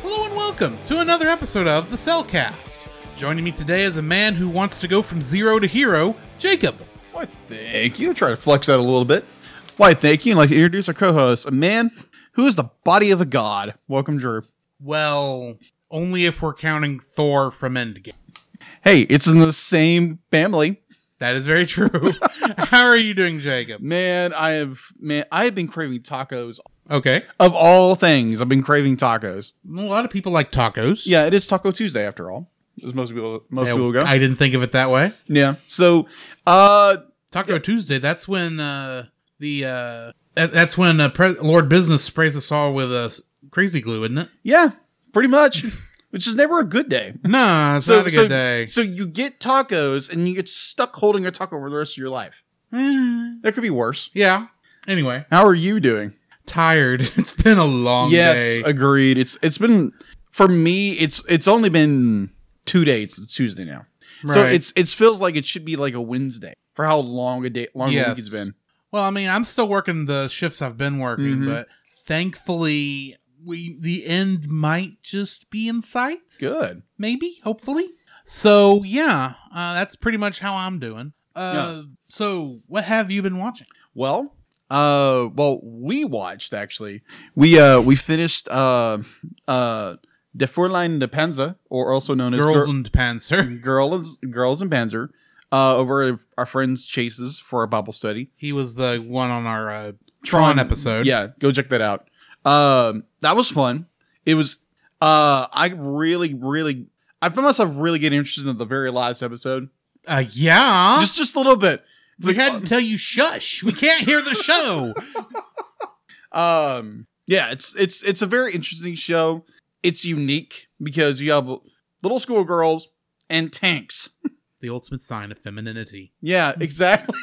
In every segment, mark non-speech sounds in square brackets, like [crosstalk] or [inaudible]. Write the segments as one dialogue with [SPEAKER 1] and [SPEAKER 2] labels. [SPEAKER 1] Hello and welcome to another episode of The Cellcast. Joining me today is a man who wants to go from zero to hero, Jacob.
[SPEAKER 2] Why, thank you. Try to flex that a little bit. Why, thank you. And like to introduce our co host, a man who is the body of a god. Welcome, Drew.
[SPEAKER 1] Well, only if we're counting Thor from Endgame.
[SPEAKER 2] Hey, it's in the same family.
[SPEAKER 1] That is very true. [laughs] How are you doing, Jacob?
[SPEAKER 2] Man, I have man, I have been craving tacos.
[SPEAKER 1] Okay.
[SPEAKER 2] Of all things, I've been craving tacos.
[SPEAKER 1] A lot of people like tacos.
[SPEAKER 2] Yeah, it is Taco Tuesday after all. As most people most
[SPEAKER 1] Yeah,
[SPEAKER 2] people go.
[SPEAKER 1] I didn't think of it that way.
[SPEAKER 2] yeah. So uh
[SPEAKER 1] Taco Tuesday. That's when uh, the uh, that, that's when uh, Pre- Lord Business sprays us all with uh, crazy glue, isn't it?
[SPEAKER 2] yeah, pretty much. Which is never a good day.
[SPEAKER 1] No, it's not a good
[SPEAKER 2] so,
[SPEAKER 1] day.
[SPEAKER 2] so you get tacos and you get stuck holding a taco for the rest of your life.
[SPEAKER 1] Eh,
[SPEAKER 2] That could be worse.
[SPEAKER 1] yeah. Anyway,
[SPEAKER 2] How are you doing?
[SPEAKER 1] tired. [laughs] It's been a long
[SPEAKER 2] yes,
[SPEAKER 1] day.
[SPEAKER 2] agreed. It's it's been for me. It's it's only been two days. It's Tuesday now, so
[SPEAKER 1] Right.
[SPEAKER 2] it's it feels like it should be like a Wednesday for how long a day long a
[SPEAKER 1] Yes.
[SPEAKER 2] week it's been.
[SPEAKER 1] Well, I mean, I'm still working the shifts I've been working,
[SPEAKER 2] Mhm.
[SPEAKER 1] but thankfully, we the end might just be in sight.
[SPEAKER 2] Good.
[SPEAKER 1] maybe, hopefully. So yeah, uh, that's pretty much how I'm doing. Uh, So what have you been watching?
[SPEAKER 2] Well, uh, well, we watched actually. We uh we finished uh uh De Furline de Panza, or also known as
[SPEAKER 1] Girls
[SPEAKER 2] Gir-
[SPEAKER 1] and Panzer.
[SPEAKER 2] girls girls and Panzer, uh, over at our friends Chase's for our Bible study.
[SPEAKER 1] He was the one on our uh, Tron, episode.
[SPEAKER 2] Yeah, go check that out. Um, that was fun. It was. Uh, I really, really, I found myself really getting interested in the very last episode.
[SPEAKER 1] uh, yeah.
[SPEAKER 2] Just, just a little bit. It's
[SPEAKER 1] we
[SPEAKER 2] like,
[SPEAKER 1] had to tell you shush. We can't hear the show. [laughs]
[SPEAKER 2] um, yeah, it's it's it's a very interesting show. It's unique because you have little schoolgirls and tanks.
[SPEAKER 1] the ultimate sign of femininity. [laughs]
[SPEAKER 2] Yeah, exactly.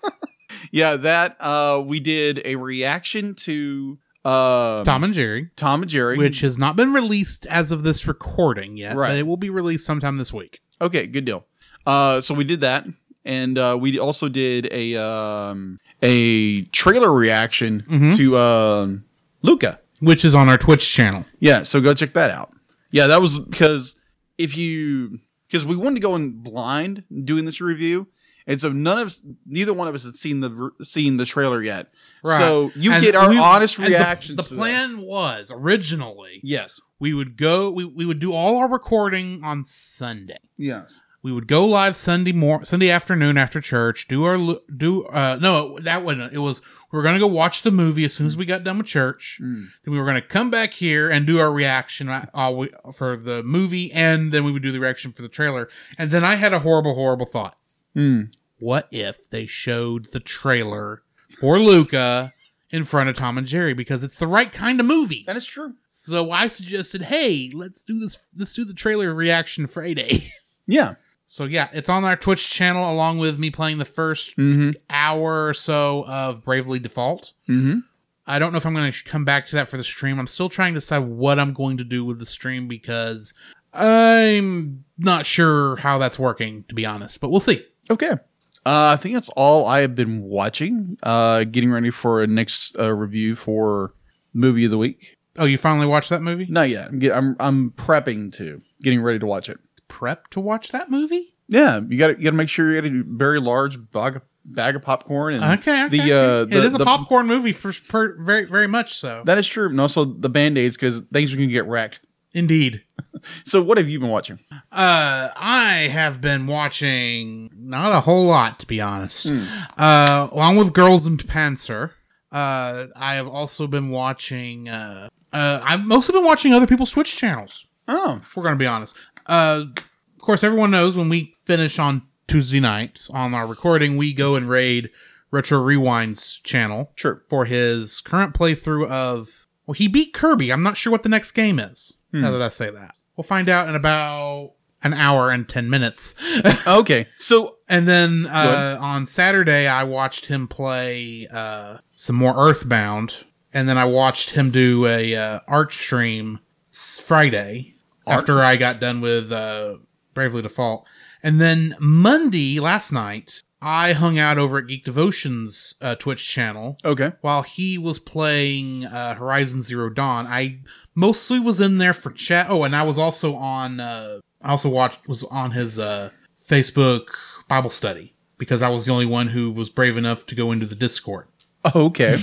[SPEAKER 2] [laughs] yeah, that. Uh, we did a reaction to uh
[SPEAKER 1] Tom and Jerry,
[SPEAKER 2] Tom and Jerry,
[SPEAKER 1] which has not been released as of this recording yet,
[SPEAKER 2] Right.
[SPEAKER 1] but it will be released sometime this week.
[SPEAKER 2] Okay, good deal. Uh, so we did that, and uh, we also did a um, a trailer reaction
[SPEAKER 1] Mhm.
[SPEAKER 2] to um, Luca.
[SPEAKER 1] Which is on our Twitch channel.
[SPEAKER 2] Yeah, so go check that out. Yeah, that was because if you because we wanted to go in blind doing this review, and so none of us, neither one of us had seen the seen the trailer yet.
[SPEAKER 1] Right.
[SPEAKER 2] So you
[SPEAKER 1] And
[SPEAKER 2] get our
[SPEAKER 1] we-
[SPEAKER 2] honest
[SPEAKER 1] and the-
[SPEAKER 2] reactions.
[SPEAKER 1] The,
[SPEAKER 2] to that.
[SPEAKER 1] plan was originally
[SPEAKER 2] Yes.
[SPEAKER 1] we would go we, we would do all our recording on sunday
[SPEAKER 2] Yes.
[SPEAKER 1] we would go live sunday mor- sunday afternoon after church do our l- do uh no that wasn't it. it was we were gonna go watch the movie as soon as we got done with church
[SPEAKER 2] Mm.
[SPEAKER 1] then we were gonna come back here and do our reaction uh, uh, we- for the movie and then we would do the reaction for the trailer and then i had a horrible horrible thought
[SPEAKER 2] Mm.
[SPEAKER 1] what if they showed the trailer for luca in front of tom and jerry because it's the right kind of movie
[SPEAKER 2] That is true.
[SPEAKER 1] so I suggested, hey, let's do this. Let's do the trailer reaction Friday. [laughs]
[SPEAKER 2] Yeah.
[SPEAKER 1] So yeah, it's on our Twitch channel along with me playing the first
[SPEAKER 2] Mm-hmm.
[SPEAKER 1] hour or so of Bravely Default.
[SPEAKER 2] Mm-hmm.
[SPEAKER 1] I don't know if I'm going to come back to that for the stream. I'm still trying to decide what I'm going to do with the stream because I'm not sure how that's working, to be honest. But we'll see.
[SPEAKER 2] Okay. Uh, I think that's all I have been watching. Uh, getting ready for a next uh, review for movie of the week.
[SPEAKER 1] Oh, you finally watched that movie?
[SPEAKER 2] Not yet. I'm, get, I'm I'm prepping to getting ready to watch it.
[SPEAKER 1] Prep to watch that movie?
[SPEAKER 2] Yeah, you got to you got to make sure you got a very large bag bag of popcorn and
[SPEAKER 1] Okay. okay,
[SPEAKER 2] The,
[SPEAKER 1] okay.
[SPEAKER 2] uh, the-
[SPEAKER 1] it is a
[SPEAKER 2] the-
[SPEAKER 1] popcorn movie for per, very very much so.
[SPEAKER 2] that is true. And also the band aids because things are gonna get wrecked.
[SPEAKER 1] Indeed.
[SPEAKER 2] So what have you been watching?
[SPEAKER 1] Uh, I have been watching not a whole lot, to be honest.
[SPEAKER 2] Hmm.
[SPEAKER 1] Uh, along with Girls and Panzer, uh, I have also been watching. Uh, uh, I've mostly been watching other people's Twitch channels.
[SPEAKER 2] Oh,
[SPEAKER 1] If we're gonna be honest. Uh, of course, everyone knows when we finish on Tuesday nights on our recording, we go and raid Retro Rewind's channel
[SPEAKER 2] Sure.
[SPEAKER 1] for his current playthrough of. Well, he beat Kirby. I'm not sure what the next game is.
[SPEAKER 2] Hmm.
[SPEAKER 1] Now that I say that, we'll find out in about an hour and ten minutes.
[SPEAKER 2] Okay. So
[SPEAKER 1] and then uh, on Saturday, I watched him play uh, some more Earthbound, and then I watched him do a uh, art stream s- Friday
[SPEAKER 2] Art?
[SPEAKER 1] after I got done with uh, Bravely Default. And then Monday last night, I hung out over at Geek Devotion's uh, Twitch channel
[SPEAKER 2] okay.
[SPEAKER 1] while he was playing uh, Horizon Zero Dawn. I mostly was in there for chat. Oh, and I was also on. Uh, I also watched was on his uh, Facebook Bible study because I was the only one who was brave enough to go into the Discord
[SPEAKER 2] Okay.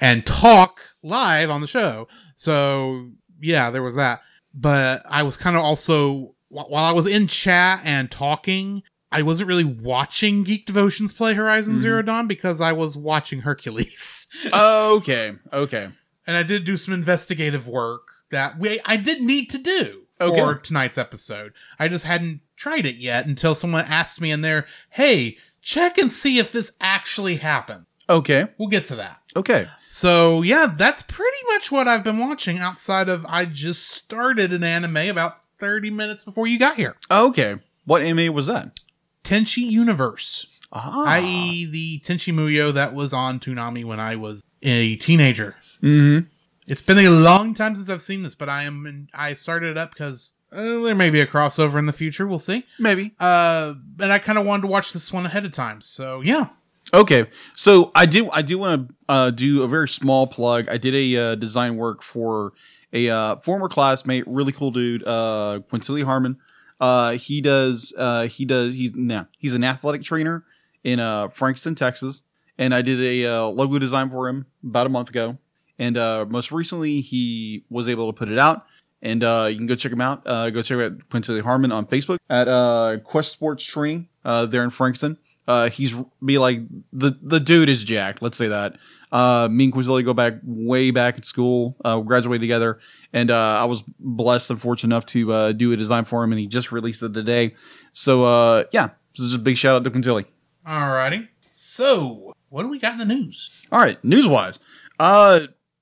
[SPEAKER 1] and talk live on the show. So yeah, there was that. But I was kind of also wh- while I was in chat and talking. I wasn't really watching Geek Devotions play Horizon
[SPEAKER 2] Mhm.
[SPEAKER 1] Zero Dawn because I was watching Hercules. [laughs]
[SPEAKER 2] okay. Okay.
[SPEAKER 1] and I did do some investigative work that we I did need to do
[SPEAKER 2] Okay.
[SPEAKER 1] for tonight's episode. I just hadn't tried it yet until someone asked me in there, "Hey, check and see if this actually happened."
[SPEAKER 2] Okay.
[SPEAKER 1] We'll get to that.
[SPEAKER 2] Okay.
[SPEAKER 1] So yeah, that's pretty much what I've been watching. Outside of I just started an anime about thirty minutes before you got here.
[SPEAKER 2] Okay. What anime was that?
[SPEAKER 1] Tenchi Universe,
[SPEAKER 2] Ah.
[SPEAKER 1] i.e., the Tenchi Muyo that was on Toonami when I was a teenager.
[SPEAKER 2] Mm-hmm.
[SPEAKER 1] It's been a long time since I've seen this, but I am in, I started it up because uh, there may be a crossover in the future. We'll see.
[SPEAKER 2] Maybe.
[SPEAKER 1] Uh, and I kind of wanted to watch this one ahead of time. So yeah,
[SPEAKER 2] Okay, so I do I do want to uh, do a very small plug. I did a uh, design work for a uh, former classmate, really cool dude, uh, Quintilly Harmon. Uh, he does uh, he does he's nah, he's an athletic trainer in uh, Frankston, Texas, and I did a uh, logo design for him about a month ago. And uh, most recently, he was able to put it out. And uh, you can go check him out. Uh, go check out Quincy Harmon on Facebook at uh, Quest Sports Training uh, there in Frankston. Uh, he's be like the the dude is jacked. Let's say that. Uh, me and Quincy go back way back at school. Uh, we graduated together, and uh, I was blessed and fortunate enough to uh, do a design for him, and he just released it today. So uh, yeah, so just a big shout out to Quintilly.
[SPEAKER 1] alrighty. So what do we got in the news?
[SPEAKER 2] All right, news wise, uh,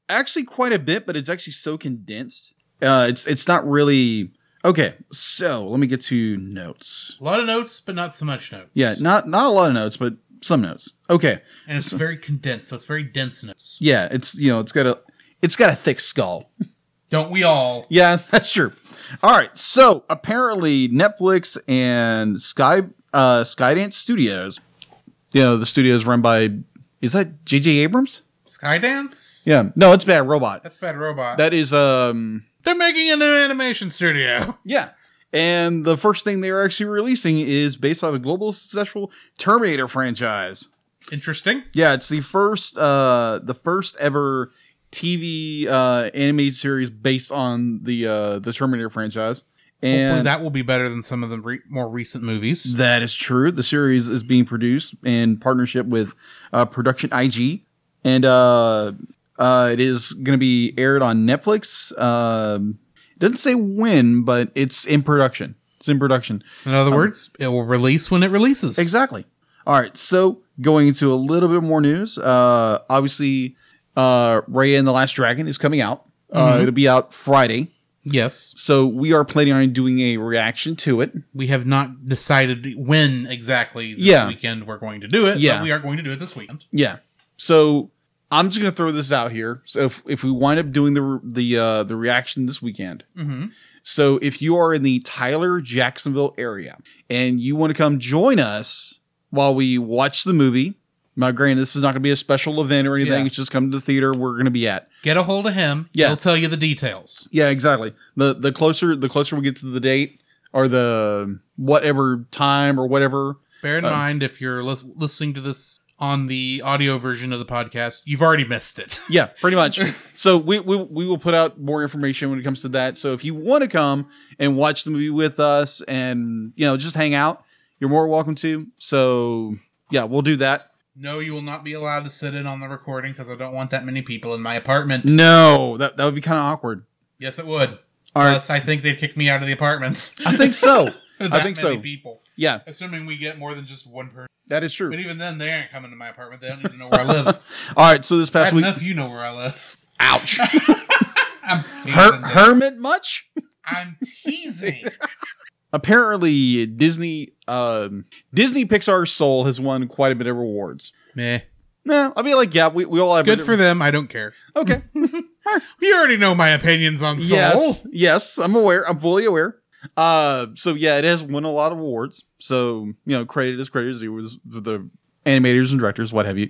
[SPEAKER 2] actually quite a bit, but it's actually so condensed. Uh, it's it's not really okay. So let me get to notes.
[SPEAKER 1] A lot of notes, but not so much notes.
[SPEAKER 2] Yeah, not not a lot of notes, but some notes. Okay,
[SPEAKER 1] and it's very condensed, so it's very dense notes.
[SPEAKER 2] yeah, it's you know it's got a it's got a thick skull.
[SPEAKER 1] Don't we all?
[SPEAKER 2] Yeah, [laughs] that's true. All right, so apparently Netflix and Sky uh, Skydance Studios, you know the studios run by is that J.J. Abrams?
[SPEAKER 1] Skydance.
[SPEAKER 2] Yeah, no, it's Bad Robot.
[SPEAKER 1] That's bad robot.
[SPEAKER 2] That is um
[SPEAKER 1] They're making a new animation studio.
[SPEAKER 2] Yeah. And the first thing they're actually releasing is based off a global successful Terminator franchise.
[SPEAKER 1] Interesting.
[SPEAKER 2] Yeah, it's the first uh the first ever TV uh animated series based on the uh the Terminator franchise.
[SPEAKER 1] Hopefully
[SPEAKER 2] And
[SPEAKER 1] that will be better than some of the re- more recent movies.
[SPEAKER 2] that is true. The series is being produced in partnership with uh, Production IG, and uh, uh, it is going to be aired on Netflix. Um doesn't say when, but it's in production. It's in production.
[SPEAKER 1] In other
[SPEAKER 2] Um,
[SPEAKER 1] words, it will release when it releases.
[SPEAKER 2] Exactly. All right. So going into a little bit more news. Uh, obviously, uh, Raya and the Last Dragon is coming out. Uh,
[SPEAKER 1] Mhm.
[SPEAKER 2] it'll be out Friday.
[SPEAKER 1] Yes.
[SPEAKER 2] So we are planning on doing a reaction to it.
[SPEAKER 1] we have not decided when exactly this
[SPEAKER 2] Yeah.
[SPEAKER 1] weekend we're going to do it.
[SPEAKER 2] Yeah.
[SPEAKER 1] But we are going to do it this weekend.
[SPEAKER 2] Yeah. So I'm just gonna throw this out here. So if, if we wind up doing the re- the uh, the reaction this weekend,
[SPEAKER 1] Mm-hmm.
[SPEAKER 2] So if you are in the Tyler Jacksonville area and you want to come join us while we watch the movie, now granted, this is not going to be a special event or anything.
[SPEAKER 1] Yeah.
[SPEAKER 2] It's just come to the theater we're going to be at.
[SPEAKER 1] Get a hold of him.
[SPEAKER 2] Yeah.
[SPEAKER 1] He'll tell you the details.
[SPEAKER 2] Yeah, exactly. the The closer the closer we get to the date or the whatever time or whatever.
[SPEAKER 1] Bear in
[SPEAKER 2] Uh,
[SPEAKER 1] mind, if you're lis- listening to this on the audio version of the podcast, you've already missed it. [laughs]
[SPEAKER 2] Yeah, pretty much. so we, we we will put out more information when it comes to that. So if you want to come and watch the movie with us and you know just hang out, you're more welcome to. So yeah, we'll do that.
[SPEAKER 1] No, you will not be allowed to sit in on the recording because I don't want that many people in my apartment.
[SPEAKER 2] Mm. No, that, that would be kind of awkward.
[SPEAKER 1] Yes, it would.
[SPEAKER 2] All right,
[SPEAKER 1] Plus, I think they'd kick me out of the apartment. [laughs]
[SPEAKER 2] I think so.
[SPEAKER 1] With
[SPEAKER 2] I
[SPEAKER 1] that
[SPEAKER 2] think
[SPEAKER 1] many
[SPEAKER 2] so.
[SPEAKER 1] people.
[SPEAKER 2] Yeah,
[SPEAKER 1] Assuming we get more than just one person.
[SPEAKER 2] that is true.
[SPEAKER 1] But even then, they aren't coming to my apartment. They don't even know where I
[SPEAKER 2] [laughs]
[SPEAKER 1] live.
[SPEAKER 2] All right, so this
[SPEAKER 1] Bad
[SPEAKER 2] past week,
[SPEAKER 1] enough, you know where I live.
[SPEAKER 2] ouch,
[SPEAKER 1] I'm teasing.
[SPEAKER 2] Her-
[SPEAKER 1] them.
[SPEAKER 2] hermit much?
[SPEAKER 1] I'm teasing.
[SPEAKER 2] Apparently, Disney, um, Disney Pixar's Soul has won quite a bit of awards.
[SPEAKER 1] Meh.
[SPEAKER 2] No, I'll be like, yeah, we, we all have
[SPEAKER 1] Good for them. I don't care.
[SPEAKER 2] Okay,
[SPEAKER 1] You already know my opinions on Soul.
[SPEAKER 2] yes, yes, I'm aware. I'm fully aware. Uh, so yeah, it has won a lot of awards. So you know, credit is credit. It was the animators and directors, what have you.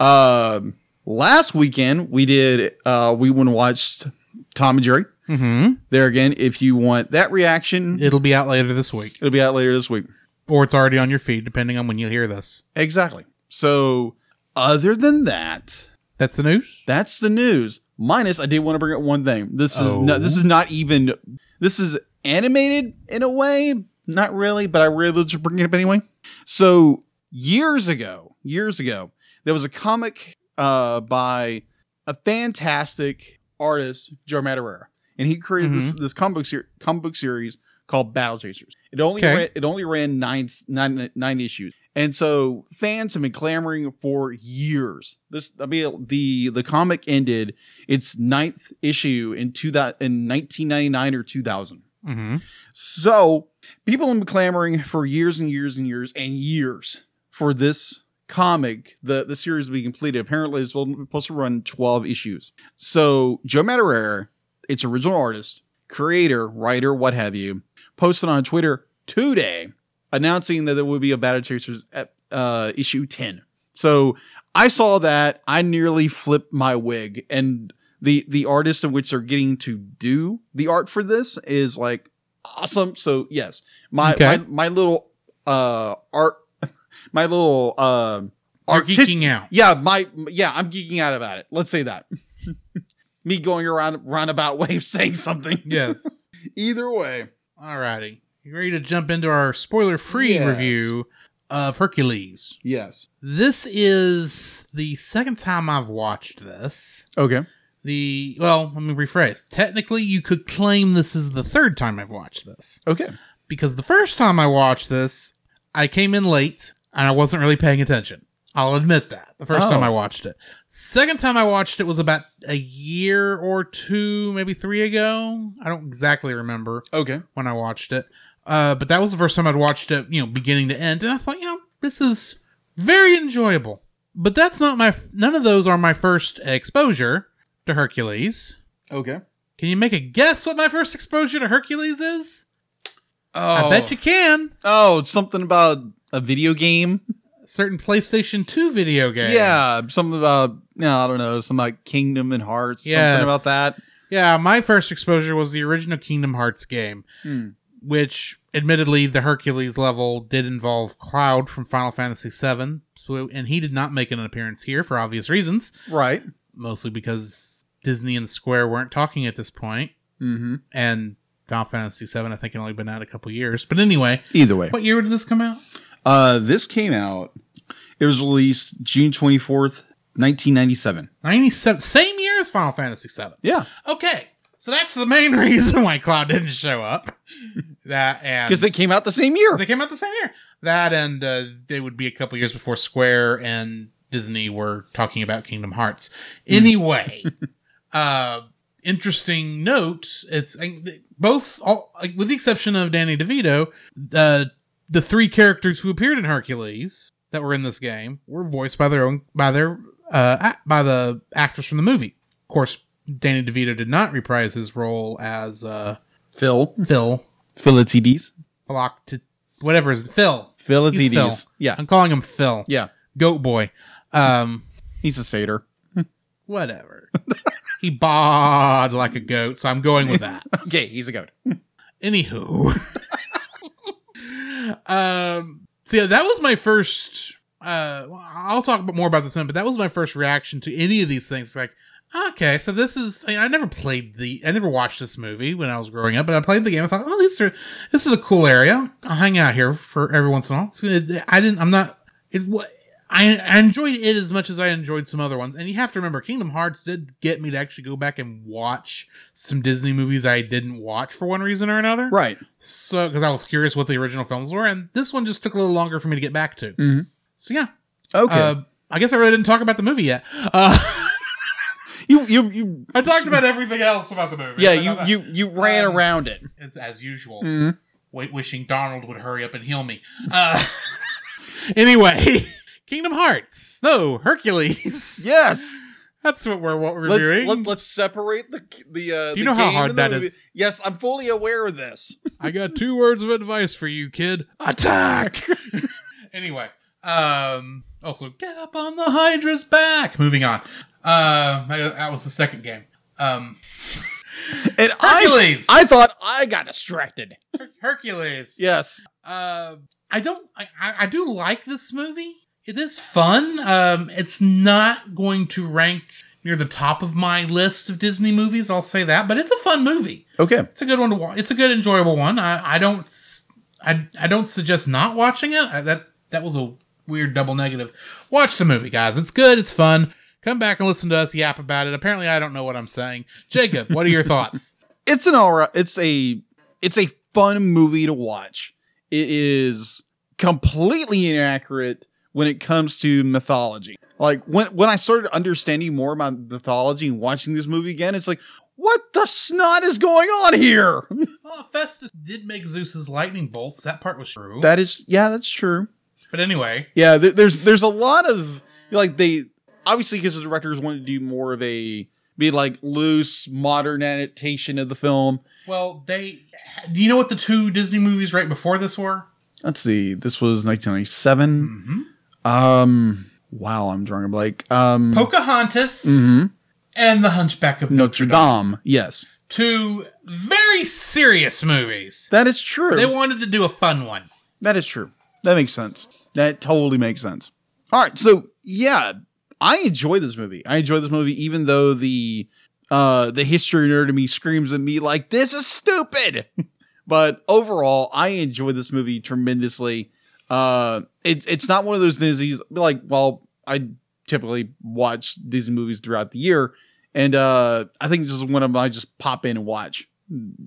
[SPEAKER 2] Um, last weekend we did. Uh, we went and watched Tom and Jerry.
[SPEAKER 1] Mm-hmm.
[SPEAKER 2] There again, if you want that reaction,
[SPEAKER 1] It'll be out later this week,
[SPEAKER 2] it'll be out later this week.
[SPEAKER 1] or it's already on your feed, depending on when you hear this.
[SPEAKER 2] Exactly. So, other than that,
[SPEAKER 1] That's the news.
[SPEAKER 2] that's the news. Minus, I did want to bring up one thing. This is no,
[SPEAKER 1] Oh.
[SPEAKER 2] this is not even. This is animated in a way, not really, but I really just bring it up anyway. So years ago, years ago, there was a comic uh, by a fantastic artist, Joe Madureira, and he created this this comic book, ser- comic book series called Battle Chasers. It only
[SPEAKER 1] Okay.
[SPEAKER 2] ran, it only ran nine, nine, nine issues, and so fans have been clamoring for years. This I mean the the comic ended its ninth issue in two that in nineteen ninety nine or two thousand.
[SPEAKER 1] Mm-hmm.
[SPEAKER 2] So people have been clamoring for years and years and years and years for this comic, the, the series to be completed. Apparently, it's supposed to run 12 issues. So Joe Madureira, its original artist, creator, writer, what have you, posted on Twitter today announcing that there would be a Battle Chasers ep- uh, issue 10. So I saw that. I nearly flipped my wig. And the, the artists in which they're getting to do the art for this is like awesome. So yes, my
[SPEAKER 1] Okay.
[SPEAKER 2] my, my little uh art, my little uh,
[SPEAKER 1] Are
[SPEAKER 2] artistic
[SPEAKER 1] geeking out.
[SPEAKER 2] yeah, my yeah, I'm geeking out about it. Let's say that. [laughs] Me going around roundabout [laughs] way of saying something.
[SPEAKER 1] Yes. [laughs]
[SPEAKER 2] Either way.
[SPEAKER 1] Alrighty. You ready to jump into our spoiler-free
[SPEAKER 2] Yes.
[SPEAKER 1] review of Hercules?
[SPEAKER 2] Yes.
[SPEAKER 1] This is the second time I've watched this.
[SPEAKER 2] Okay.
[SPEAKER 1] The well, let me rephrase. Technically, you could claim this is the third time I've watched this.
[SPEAKER 2] Okay.
[SPEAKER 1] because the first time I watched this, I came in late and I wasn't really paying attention. I'll admit that. The first
[SPEAKER 2] Oh.
[SPEAKER 1] time I watched it. Second time I watched it was about a year or two, maybe three ago. I don't exactly remember
[SPEAKER 2] Okay.
[SPEAKER 1] when I watched it. Uh, but that was the first time I'd watched it, you know, beginning to end, and I thought, you know, this is very enjoyable. But that's not my. None of those are my first exposure to Hercules.
[SPEAKER 2] Okay.
[SPEAKER 1] Can you make a guess what my first exposure to Hercules is?
[SPEAKER 2] Oh.
[SPEAKER 1] I bet you can.
[SPEAKER 2] Oh, it's something about a video game.
[SPEAKER 1] certain PlayStation 2 video game.
[SPEAKER 2] Yeah, something about no, I don't know, something like Kingdom and Hearts.
[SPEAKER 1] Yes.
[SPEAKER 2] Something about that.
[SPEAKER 1] Yeah, my first exposure was the original Kingdom Hearts game,
[SPEAKER 2] Hmm.
[SPEAKER 1] which admittedly the Hercules level did involve Cloud from Final Fantasy VII. So and he did not make an appearance here for obvious reasons,
[SPEAKER 2] Right.
[SPEAKER 1] mostly because Disney and Square weren't talking at this point
[SPEAKER 2] Mm-hmm.
[SPEAKER 1] and Final Fantasy VII I think had only been out a couple years. But anyway,
[SPEAKER 2] Either way.
[SPEAKER 1] what year did this come out?
[SPEAKER 2] Uh this came out. It was released June twenty fourth, nineteen ninety seven.
[SPEAKER 1] 97 same year as Final Fantasy VII.
[SPEAKER 2] Yeah.
[SPEAKER 1] Okay, so that's the main [laughs] reason why Cloud didn't show up. That and
[SPEAKER 2] Because they came out the same year.
[SPEAKER 1] they came out the same year. That and uh, they would be a couple years before Square and Disney were talking about Kingdom Hearts. Anyway, uh, interesting note. It's I- th- both, all, like, with the exception of Danny DeVito, uh, the three characters who appeared in Hercules that were in this game were voiced by their own by their uh, ac- by the actors from the movie. Of course, Danny DeVito did not reprise his role as uh,
[SPEAKER 2] Phil.
[SPEAKER 1] Phil
[SPEAKER 2] Philatides.
[SPEAKER 1] Block to whatever is Phil. He's Phil.
[SPEAKER 2] Philatides. Yeah.
[SPEAKER 1] I'm calling him Phil.
[SPEAKER 2] Yeah.
[SPEAKER 1] Goat boy. Um,
[SPEAKER 2] He's a [laughs] satyr.
[SPEAKER 1] whatever. [laughs] he bawed like a goat, so I'm going with that.
[SPEAKER 2] Okay, he's a goat.
[SPEAKER 1] Anywho. um, so yeah, that was my first. Uh, well, I'll talk about- more about this in a minute, but that was my first reaction to any of these things. Like, okay, so this is. I, I never played the. I never watched this movie when I was growing up, but I played the game. I thought, oh, these are. This is a cool area. I'll hang out here for every once in a while. It's gonna- I didn't. I'm not. It's what. I, I enjoyed it as much as I enjoyed some other ones. And you have to remember, Kingdom Hearts did get me to actually go back and watch some Disney movies I didn't watch for one reason or another.
[SPEAKER 2] Right.
[SPEAKER 1] So, because I was curious what the original films were, and this one just took a little longer for me to get back to.
[SPEAKER 2] Mm-hmm.
[SPEAKER 1] So, yeah.
[SPEAKER 2] Okay.
[SPEAKER 1] Uh, I guess I really didn't talk about the movie yet. Uh, [laughs]
[SPEAKER 2] you you you.
[SPEAKER 1] I talked about everything else about the movie.
[SPEAKER 2] Yeah,
[SPEAKER 1] But not that.
[SPEAKER 2] you you you ran
[SPEAKER 1] Um,
[SPEAKER 2] around it.
[SPEAKER 1] It's as usual.
[SPEAKER 2] Mm-hmm.
[SPEAKER 1] Wait, wishing Donald would hurry up and heal me.
[SPEAKER 2] [laughs]
[SPEAKER 1] Uh, anyway, [laughs] Kingdom Hearts. No, Hercules.
[SPEAKER 2] Yes.
[SPEAKER 1] That's what we're what we're
[SPEAKER 2] Let's
[SPEAKER 1] doing.
[SPEAKER 2] let, let's separate the the. Uh,
[SPEAKER 1] You
[SPEAKER 2] the
[SPEAKER 1] know how
[SPEAKER 2] game
[SPEAKER 1] hard
[SPEAKER 2] and the
[SPEAKER 1] that
[SPEAKER 2] movie.
[SPEAKER 1] is.
[SPEAKER 2] Yes, I'm fully aware
[SPEAKER 1] [laughs]
[SPEAKER 2] of this.
[SPEAKER 1] I got two words of advice for you, kid.
[SPEAKER 2] [laughs]
[SPEAKER 1] Attack. anyway, um, also get up on the Hydra's back. Moving on. Uh, that that was the second game. Um,
[SPEAKER 2] [laughs] And I
[SPEAKER 1] Hercules.
[SPEAKER 2] I thought I got distracted.
[SPEAKER 1] Hercules.
[SPEAKER 2] Yes.
[SPEAKER 1] Uh, I don't. I, I I do like this movie. It is fun. Um, it's not going to rank near the top of my list of Disney movies. I'll say that, but it's a fun movie.
[SPEAKER 2] Okay.
[SPEAKER 1] it's a good one to watch. It's a good, enjoyable one. I, I don't, s- I, I don't suggest not watching it. I, that that was a weird double negative. Watch the movie, guys. It's good. It's fun. Come back and listen to us yap about it. Apparently, I don't know what I'm saying. Jacob, what are your [laughs] thoughts?
[SPEAKER 2] It's an all right. It's a it's a fun movie to watch. It is completely inaccurate when it comes to mythology. Like when when I started understanding more about mythology and watching this movie again, it's like what the snot is going on here?
[SPEAKER 1] Well, Festus did make Zeus's lightning bolts. That part was true.
[SPEAKER 2] That is yeah, that's true.
[SPEAKER 1] but anyway,
[SPEAKER 2] Yeah, there, there's there's a lot of like they obviously because the directors wanted to do more of a be like loose modern adaptation of the film.
[SPEAKER 1] well, they. Do you know what the two Disney movies right before this were?
[SPEAKER 2] Let's see, this was 1997.
[SPEAKER 1] Mm-hmm.
[SPEAKER 2] Um, wow, I'm drawing a blank. Um,
[SPEAKER 1] Pocahontas
[SPEAKER 2] mhm.
[SPEAKER 1] and The Hunchback of Mm-hmm. Notre
[SPEAKER 2] Notre
[SPEAKER 1] Dame.
[SPEAKER 2] Dame. Yes,
[SPEAKER 1] Two very serious movies.
[SPEAKER 2] that is true.
[SPEAKER 1] They wanted to do a fun one.
[SPEAKER 2] that is true. That makes sense. That totally makes sense. All right, so yeah, I enjoy this movie. I enjoy this movie, even though the uh the history nerd in me screams at me like this is stupid. [laughs] but overall, I enjoy this movie tremendously. Uh, it's it's not one of those Disney's like. Well, I typically watch Disney movies throughout the year, and uh, I think this is one of them I just pop in and watch,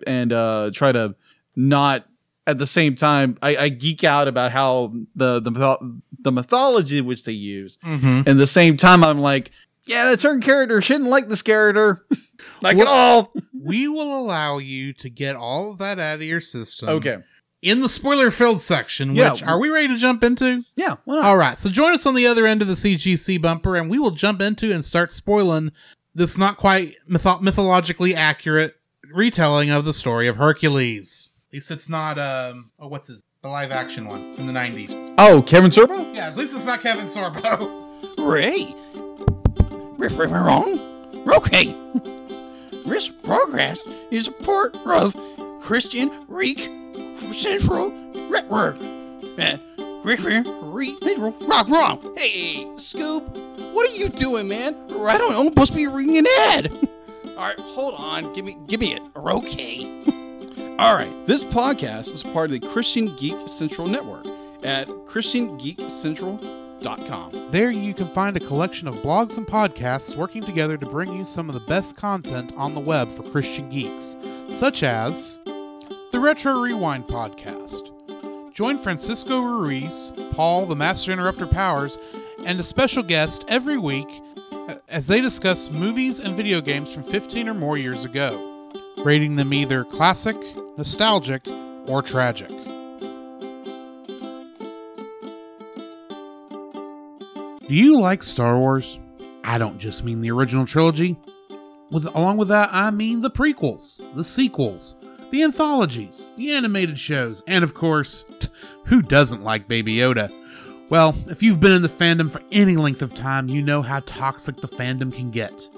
[SPEAKER 2] and uh, try to not at the same time I, I geek out about how the the mytho- the mythology which they use,
[SPEAKER 1] Mm-hmm.
[SPEAKER 2] and at the same time I'm like, yeah, that certain character shouldn't like this character, [laughs] like
[SPEAKER 1] Well-
[SPEAKER 2] at all.
[SPEAKER 1] We will allow you to get all of that out of your system.
[SPEAKER 2] [laughs] Okay,
[SPEAKER 1] In the spoiler filled section,
[SPEAKER 2] Yeah.
[SPEAKER 1] which are we ready to jump into?
[SPEAKER 2] yeah, why not?
[SPEAKER 1] All right. So join us on the other end of the CGC bumper, and we will jump into and start spoiling this not quite mytho- mythologically accurate retelling of the story of Hercules. At least it's not um oh what's his the live action one from the nineties.
[SPEAKER 2] Oh, Kevin Sorbo,
[SPEAKER 1] Yeah, at least it's not Kevin Sorbo. [laughs]
[SPEAKER 3] Hooray! Riff riff wrong? Okay. This progress is a part of Christian Reek Central Network. And Riff riff Reek Central Rock Wrong. Hey, Scoop, what are you doing, man? I don't know. I'm supposed to be reading an ad. [laughs] All right, hold on. Give me, give me it. Okay. [laughs] All right. This podcast is part of the Christian Geek Central Network at ChristianGeekCentral.com.
[SPEAKER 1] There you can find a collection of blogs and podcasts working together to bring you some of the best content on the web for Christian geeks, such as the Retro Rewind podcast. Join Francisco Ruiz, Paul the Master Interrupter Powers, and a special guest every week uh, as they discuss movies and video games from 15 or more years ago, rating them either classic, nostalgic, or tragic. Do you like Star Wars? I don't just mean the original trilogy. With along with that, I mean the prequels, the sequels, the anthologies, the animated shows, and of course, [laughs] t- who doesn't like Baby Yoda? Well, if you've been in the fandom for any length of time, you know how toxic the fandom can get.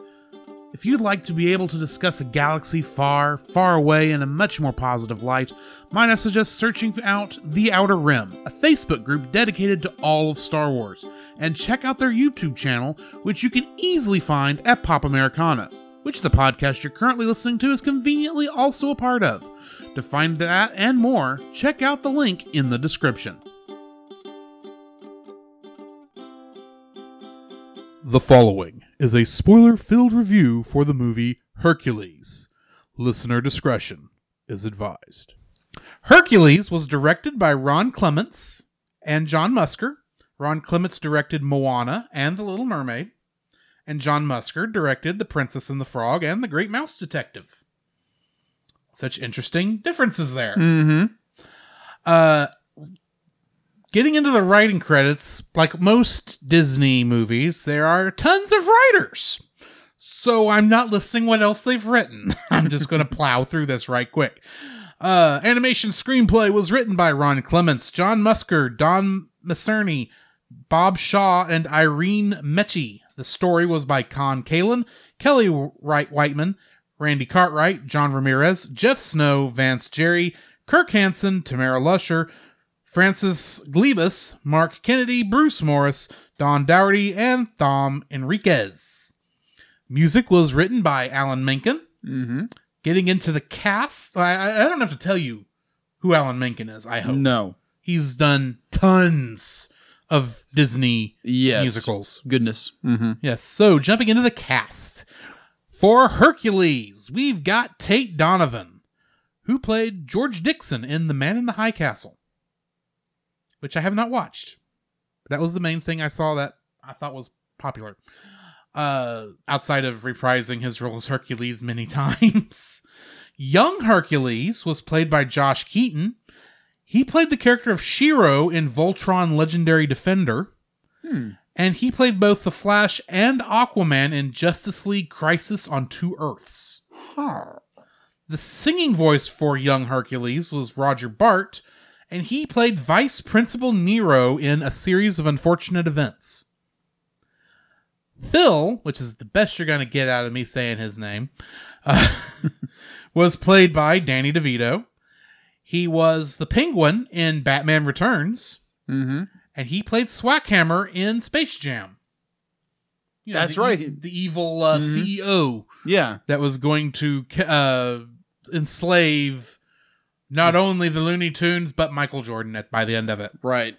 [SPEAKER 1] If you'd like to be able to discuss a galaxy far, far away in a much more positive light, might I suggest searching out The Outer Rim, a Facebook group dedicated to all of Star Wars, and check out their YouTube channel, which you can easily find at Pop Americana, which the podcast you're currently listening to is conveniently also a part of. To find that and more, check out the link in the description. The following is a spoiler filled review for the movie Hercules. Listener discretion is advised. Hercules was directed by Ron Clements and John Musker. Ron Clements directed Moana and The Little Mermaid, and John Musker directed The Princess and the Frog and The Great Mouse Detective. Such interesting differences there.
[SPEAKER 2] Mm-hmm.
[SPEAKER 1] Uh, getting into the writing credits, like most Disney movies, there are tons of writers. So I'm not listing what else they've written. [laughs] I'm just going to plow through this right quick. Uh, animation screenplay was written by Ron Clements, John Musker, Don Macerny, Bob Shaw, and Irene Mechie. The story was by Con Kalin, Kelly Wright Whiteman, Randy Cartwright, John Ramirez, Jeff Snow, Vance Jerry, Kirk Hansen, Tamara Lusher, Francis Glebus, Mark Kennedy, Bruce Morris, Don Dougherty, and Thom Enriquez. Music was written by Alan Menken.
[SPEAKER 2] Mm-hmm.
[SPEAKER 1] Getting into the cast, I- I, I don't have to tell you who Alan Menken is, I hope.
[SPEAKER 2] No.
[SPEAKER 1] He's done tons of Disney
[SPEAKER 2] Yes.
[SPEAKER 1] musicals.
[SPEAKER 2] Goodness. Mm-hmm.
[SPEAKER 1] Yes. So jumping into the cast for Hercules, we've got Tate Donovan, who played George Dixon in The Man in the High Castle, which I have not watched. That was the main thing I saw that I thought was popular. Uh, outside of reprising his role as Hercules many [laughs] times, young Hercules was played by Josh Keaton. He played the character of Shiro in Voltron: Legendary Defender
[SPEAKER 2] Hmm.
[SPEAKER 1] and he played both the Flash and Aquaman in Justice League Crisis on Two Earths.
[SPEAKER 3] Huh.
[SPEAKER 1] The singing voice for young Hercules was Roger Bart, and he played Vice Principal Nero in A Series of Unfortunate Events. Phil, which is the best you're going to get out of me saying his name, uh, [laughs] was played by Danny DeVito. He was the Penguin in Batman Returns
[SPEAKER 2] Mm-hmm.
[SPEAKER 1] and he played Swackhammer in Space Jam. You know,
[SPEAKER 2] That's
[SPEAKER 1] the e-
[SPEAKER 2] right.
[SPEAKER 1] the evil uh,
[SPEAKER 2] Mhm.
[SPEAKER 1] CEO
[SPEAKER 2] Yeah.
[SPEAKER 1] that was going to ca- uh, enslave
[SPEAKER 2] Mm.
[SPEAKER 1] not only the Looney Tunes but Michael Jordan at, by the end of it.
[SPEAKER 2] Right.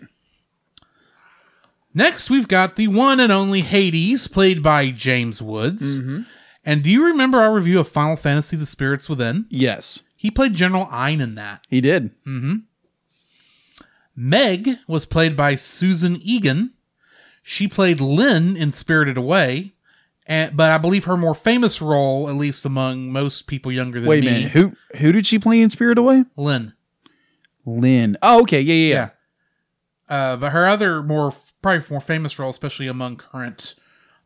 [SPEAKER 1] Next, we've got the one and only Hades, played by James Woods.
[SPEAKER 2] Mhm.
[SPEAKER 1] And do you remember our review of Final Fantasy: The Spirits Within?
[SPEAKER 2] Yes.
[SPEAKER 1] He played General Ein in that.
[SPEAKER 2] He did.
[SPEAKER 1] Mm-hmm. Meg was played by Susan Egan. She played Lynn in Spirited Away, and, but I believe her more famous role, at least among most people younger than
[SPEAKER 2] Wait a
[SPEAKER 1] me,
[SPEAKER 2] minute. Who who did she play in Spirit Away?
[SPEAKER 1] Lynn.
[SPEAKER 2] Lynn. Oh, okay. Yeah, yeah, yeah.
[SPEAKER 1] Uh, but her other more probably more famous role, especially among current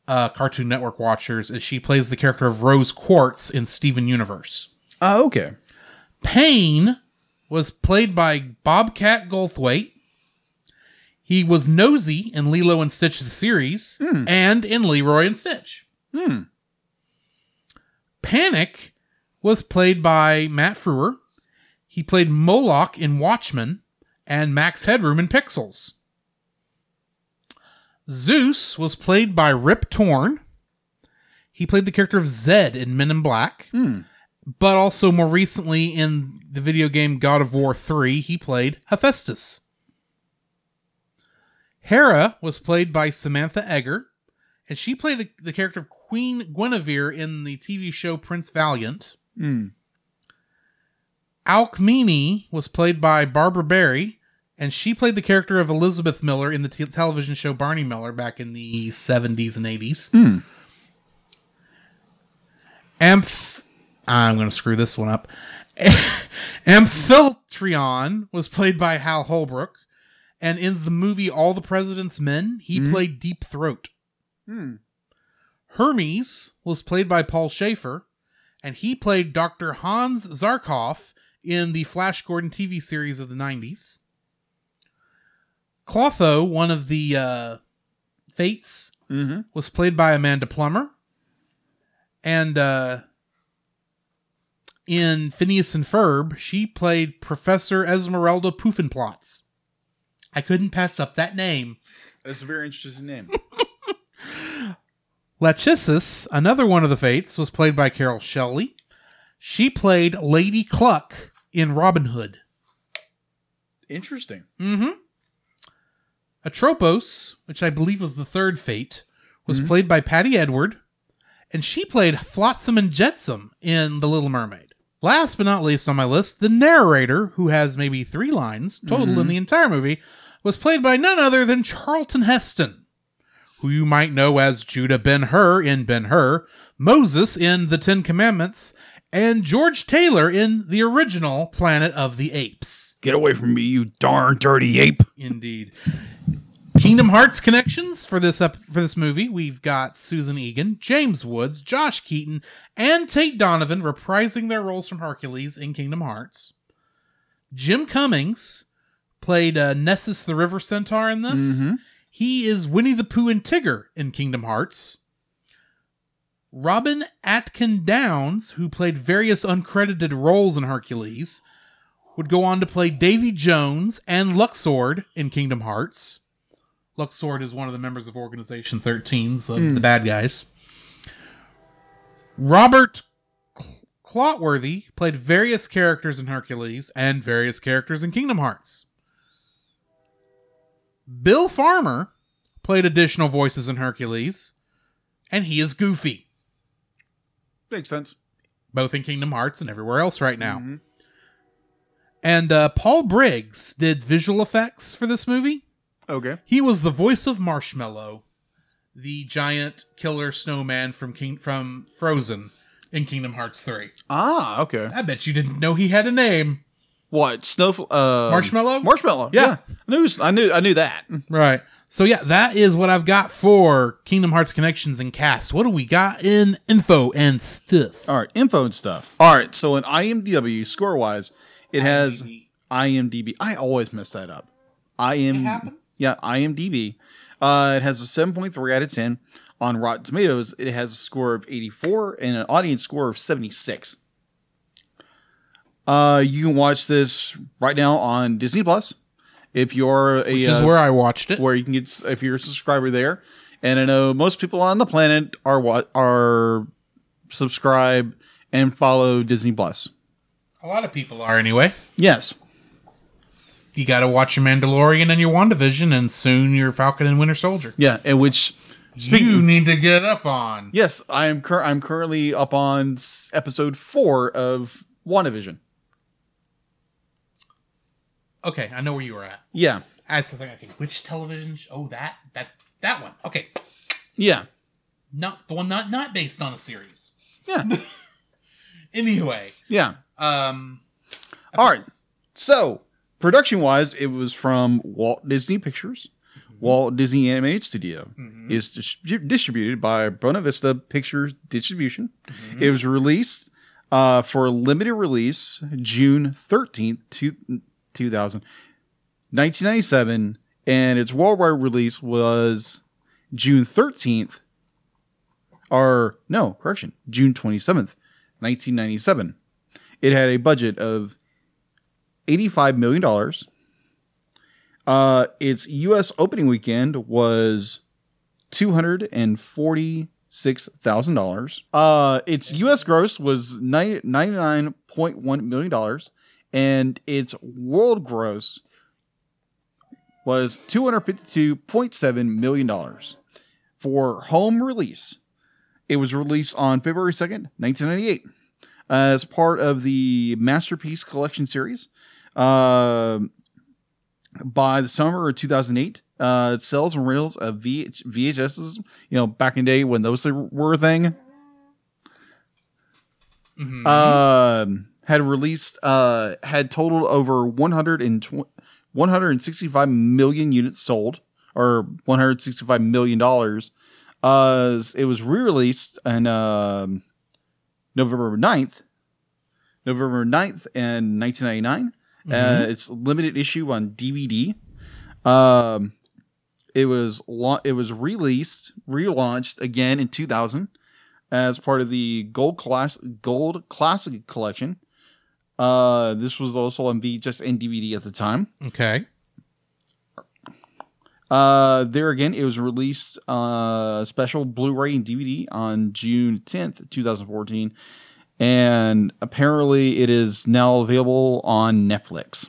[SPEAKER 1] uh, Cartoon Network watchers, is she plays the character of Rose Quartz in Steven Universe.
[SPEAKER 2] Oh, okay.
[SPEAKER 1] Payne was played by Bobcat Goldthwait. He was Nosy in Lilo and Stitch the series
[SPEAKER 2] Hmm.
[SPEAKER 1] and in Leroy and Stitch.
[SPEAKER 2] Hmm.
[SPEAKER 1] Panic was played by Matt Frewer. He played Moloch in Watchmen and Max Headroom in Pixels. Zeus was played by Rip Torn. He played the character of Zed in Men in Black
[SPEAKER 2] Hmm.
[SPEAKER 1] but also more recently in the video game God of War 3, he played Hephaestus. Hera was played by Samantha Egger, and she played the- the character of Queen Guinevere in the TV show Prince Valiant.
[SPEAKER 2] Hmm.
[SPEAKER 1] Alkmini was played by Barbara Barry, and she played the character of Elizabeth Miller in the t- television show Barney Miller back in the 70s and 80s.
[SPEAKER 2] Hmm.
[SPEAKER 1] Amph. I'm going to screw this one up. [laughs] Amphitryon was played by Hal Holbrook, and in the movie All the President's Men, he
[SPEAKER 2] Mhm.
[SPEAKER 1] played Deep Throat.
[SPEAKER 2] Hmm.
[SPEAKER 1] Hermes was played by Paul Schaefer, and he played Dr. Hans Zarkov in the Flash Gordon TV series of the 90s. Clotho, one of the uh, Fates,
[SPEAKER 2] Mm-hmm.
[SPEAKER 1] was played by Amanda Plummer. And uh, in Phineas and Ferb, she played Professor Esmeralda Poofenplatz. I couldn't pass up that name.
[SPEAKER 2] That's a very interesting name.
[SPEAKER 1] Lachesis, another one of the Fates, was played by Carol Shelley. She played Lady Cluck in Robin Hood.
[SPEAKER 2] interesting.
[SPEAKER 1] Mm-hmm. Atropos, which I believe was the third Fate, was
[SPEAKER 2] Mhm.
[SPEAKER 1] played by Patty Edward, and she played Flotsam and Jetsam in The Little Mermaid. Last but not least on my list, the narrator, who has maybe three lines total in
[SPEAKER 2] Mhm.
[SPEAKER 1] the entire movie, was played by none other than Charlton Heston, who you might know as Judah Ben Hur in Ben Hur, Moses in The Ten Commandments, and George Taylor in the original Planet of the Apes.
[SPEAKER 3] Get away from me, you darn dirty ape.
[SPEAKER 1] Indeed. Kingdom Hearts connections for this up for this movie. We've got Susan Egan, James Woods, Josh Keaton, and Tate Donovan reprising their roles from Hercules in Kingdom Hearts. Jim Cummings played uh, Nessus the River Centaur in this.
[SPEAKER 2] Mhm.
[SPEAKER 1] He is Winnie the Pooh and Tigger in Kingdom Hearts. Robin Atkin Downs, who played various uncredited roles in Hercules, would go on to play Davy Jones and Luxord in Kingdom Hearts. Luxord is one of the members of Organization 13, so the bad guys. Robert Cl- Clotworthy played various characters in Hercules and various characters in Kingdom Hearts. Bill Farmer played additional voices in Hercules, and he is Goofy,
[SPEAKER 2] Makes sense.
[SPEAKER 1] both in Kingdom Hearts and everywhere else right now.
[SPEAKER 2] Mhm.
[SPEAKER 1] And uh, Paul Briggs did visual effects for this movie.
[SPEAKER 2] Okay.
[SPEAKER 1] He was the voice of Marshmallow, the giant killer snowman from King from Frozen in Kingdom Hearts 3.
[SPEAKER 2] Ah, okay.
[SPEAKER 1] I bet you didn't know he had a name.
[SPEAKER 2] What snowfl Uh,
[SPEAKER 1] Marshmallow?
[SPEAKER 2] Marshmallow.
[SPEAKER 1] Yeah.
[SPEAKER 2] Yeah. I knew. I knew. I knew that.
[SPEAKER 1] Right. So yeah, that is what I've got for Kingdom Hearts connections and casts. What do we got in info and stuff?
[SPEAKER 2] All right. Info and stuff. All right. So in IMDb score wise, it has IMDb. I always mess that up. IM.
[SPEAKER 1] It happens.
[SPEAKER 2] Yeah. IMDb. Uh, it has a seven point three out of ten on Rotten Tomatoes. It has a score of eighty four and an audience score of seventy six. Uh, you can watch this right now on Disney Plus. If you're a
[SPEAKER 1] Which is
[SPEAKER 2] uh,
[SPEAKER 1] where I watched it.
[SPEAKER 2] where you can get if you're a subscriber there. And I know most people on the planet are what are subscribe and follow Disney Plus.
[SPEAKER 1] A lot of people are anyway.
[SPEAKER 2] Yes,
[SPEAKER 1] You got to watch your Mandalorian and your WandaVision, and soon your Falcon and Winter Soldier.
[SPEAKER 2] yeah. And which speaking,
[SPEAKER 1] you need to get up on.
[SPEAKER 2] yes, I am. Cur- I'm currently up on s- episode four of WandaVision.
[SPEAKER 1] Okay, I know where you were at.
[SPEAKER 2] Yeah,
[SPEAKER 1] I was thinking, okay, which television? Sh- oh, that that that one. Okay,
[SPEAKER 2] yeah,
[SPEAKER 1] not the one not not based on a series.
[SPEAKER 2] yeah,
[SPEAKER 1] Anyway,
[SPEAKER 2] yeah.
[SPEAKER 1] um,
[SPEAKER 2] All right. So, production wise, it was from Walt Disney Pictures, Walt Disney Animated Studio.
[SPEAKER 1] Mhm.
[SPEAKER 2] It's distrib- distributed by Buena Vista Pictures Distribution. It was released uh, for limited release June 13th, two- 2000, 1997, and its worldwide release was June 13th, or no, correction, June 27th, 1997. It had a budget of $85 million. Uh, its U.S. opening weekend was $246,000. Uh, its U.S. gross was ni- $99.1 million, and its world gross was $252.7 million for home release. It was released on February 2nd, 1998 as part of the Masterpiece Collection series. Um by the summer of 2008, uh, it sells and reels of VH- VHSs, you know, back in the day when those were a thing,
[SPEAKER 1] Mhm.
[SPEAKER 2] um, had released, uh, had totaled over 120 165 million units sold, or $165 million. Uh, it was re released on um, November 9th. November 9th and 1999.
[SPEAKER 1] Mm-hmm.
[SPEAKER 2] Uh, it's limited issue on DVD. Um, it was la- it was released, relaunched again in 2000 as part of the Gold Class Gold Classic Collection. Uh, this was also on VHS and DVD at the time.
[SPEAKER 1] okay.
[SPEAKER 2] Uh, there again, it was released uh special Blu-ray and DVD on June 10th, 2014, and apparently it is now available on Netflix.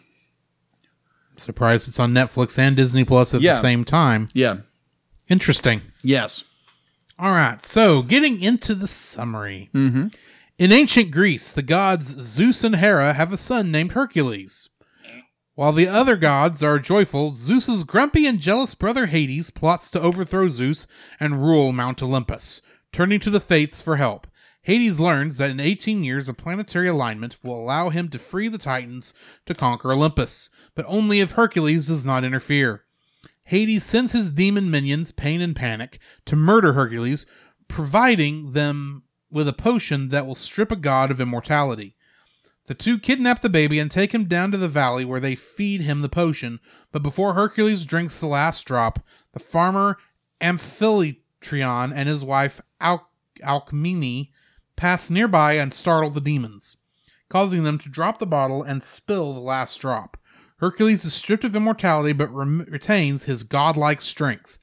[SPEAKER 1] Surprised it's on Netflix and Disney Plus at
[SPEAKER 2] Yeah.
[SPEAKER 1] the same time.
[SPEAKER 2] Yeah.
[SPEAKER 1] Interesting.
[SPEAKER 2] Yes.
[SPEAKER 1] All right, so getting into the summary.
[SPEAKER 2] Mm-hmm.
[SPEAKER 1] In ancient Greece, the gods Zeus and Hera have a son named Hercules. While the other gods are joyful, Zeus's grumpy and jealous brother Hades plots to overthrow Zeus and rule Mount Olympus, turning to the fates for help. Hades learns that in 18 years, a planetary alignment will allow him to free the Titans to conquer Olympus, but only if Hercules does not interfere. Hades sends his demon minions, Pain and Panic, to murder Hercules, providing them with a potion that will strip a god of immortality. The two kidnap the baby and take him down to the valley where they feed him the potion, but before Hercules drinks the last drop, the farmer Amphitryon and his wife Al- Alcmene pass nearby and startle the demons, causing them to drop the bottle and spill the last drop. Hercules is stripped of immortality but rem- retains his godlike strength.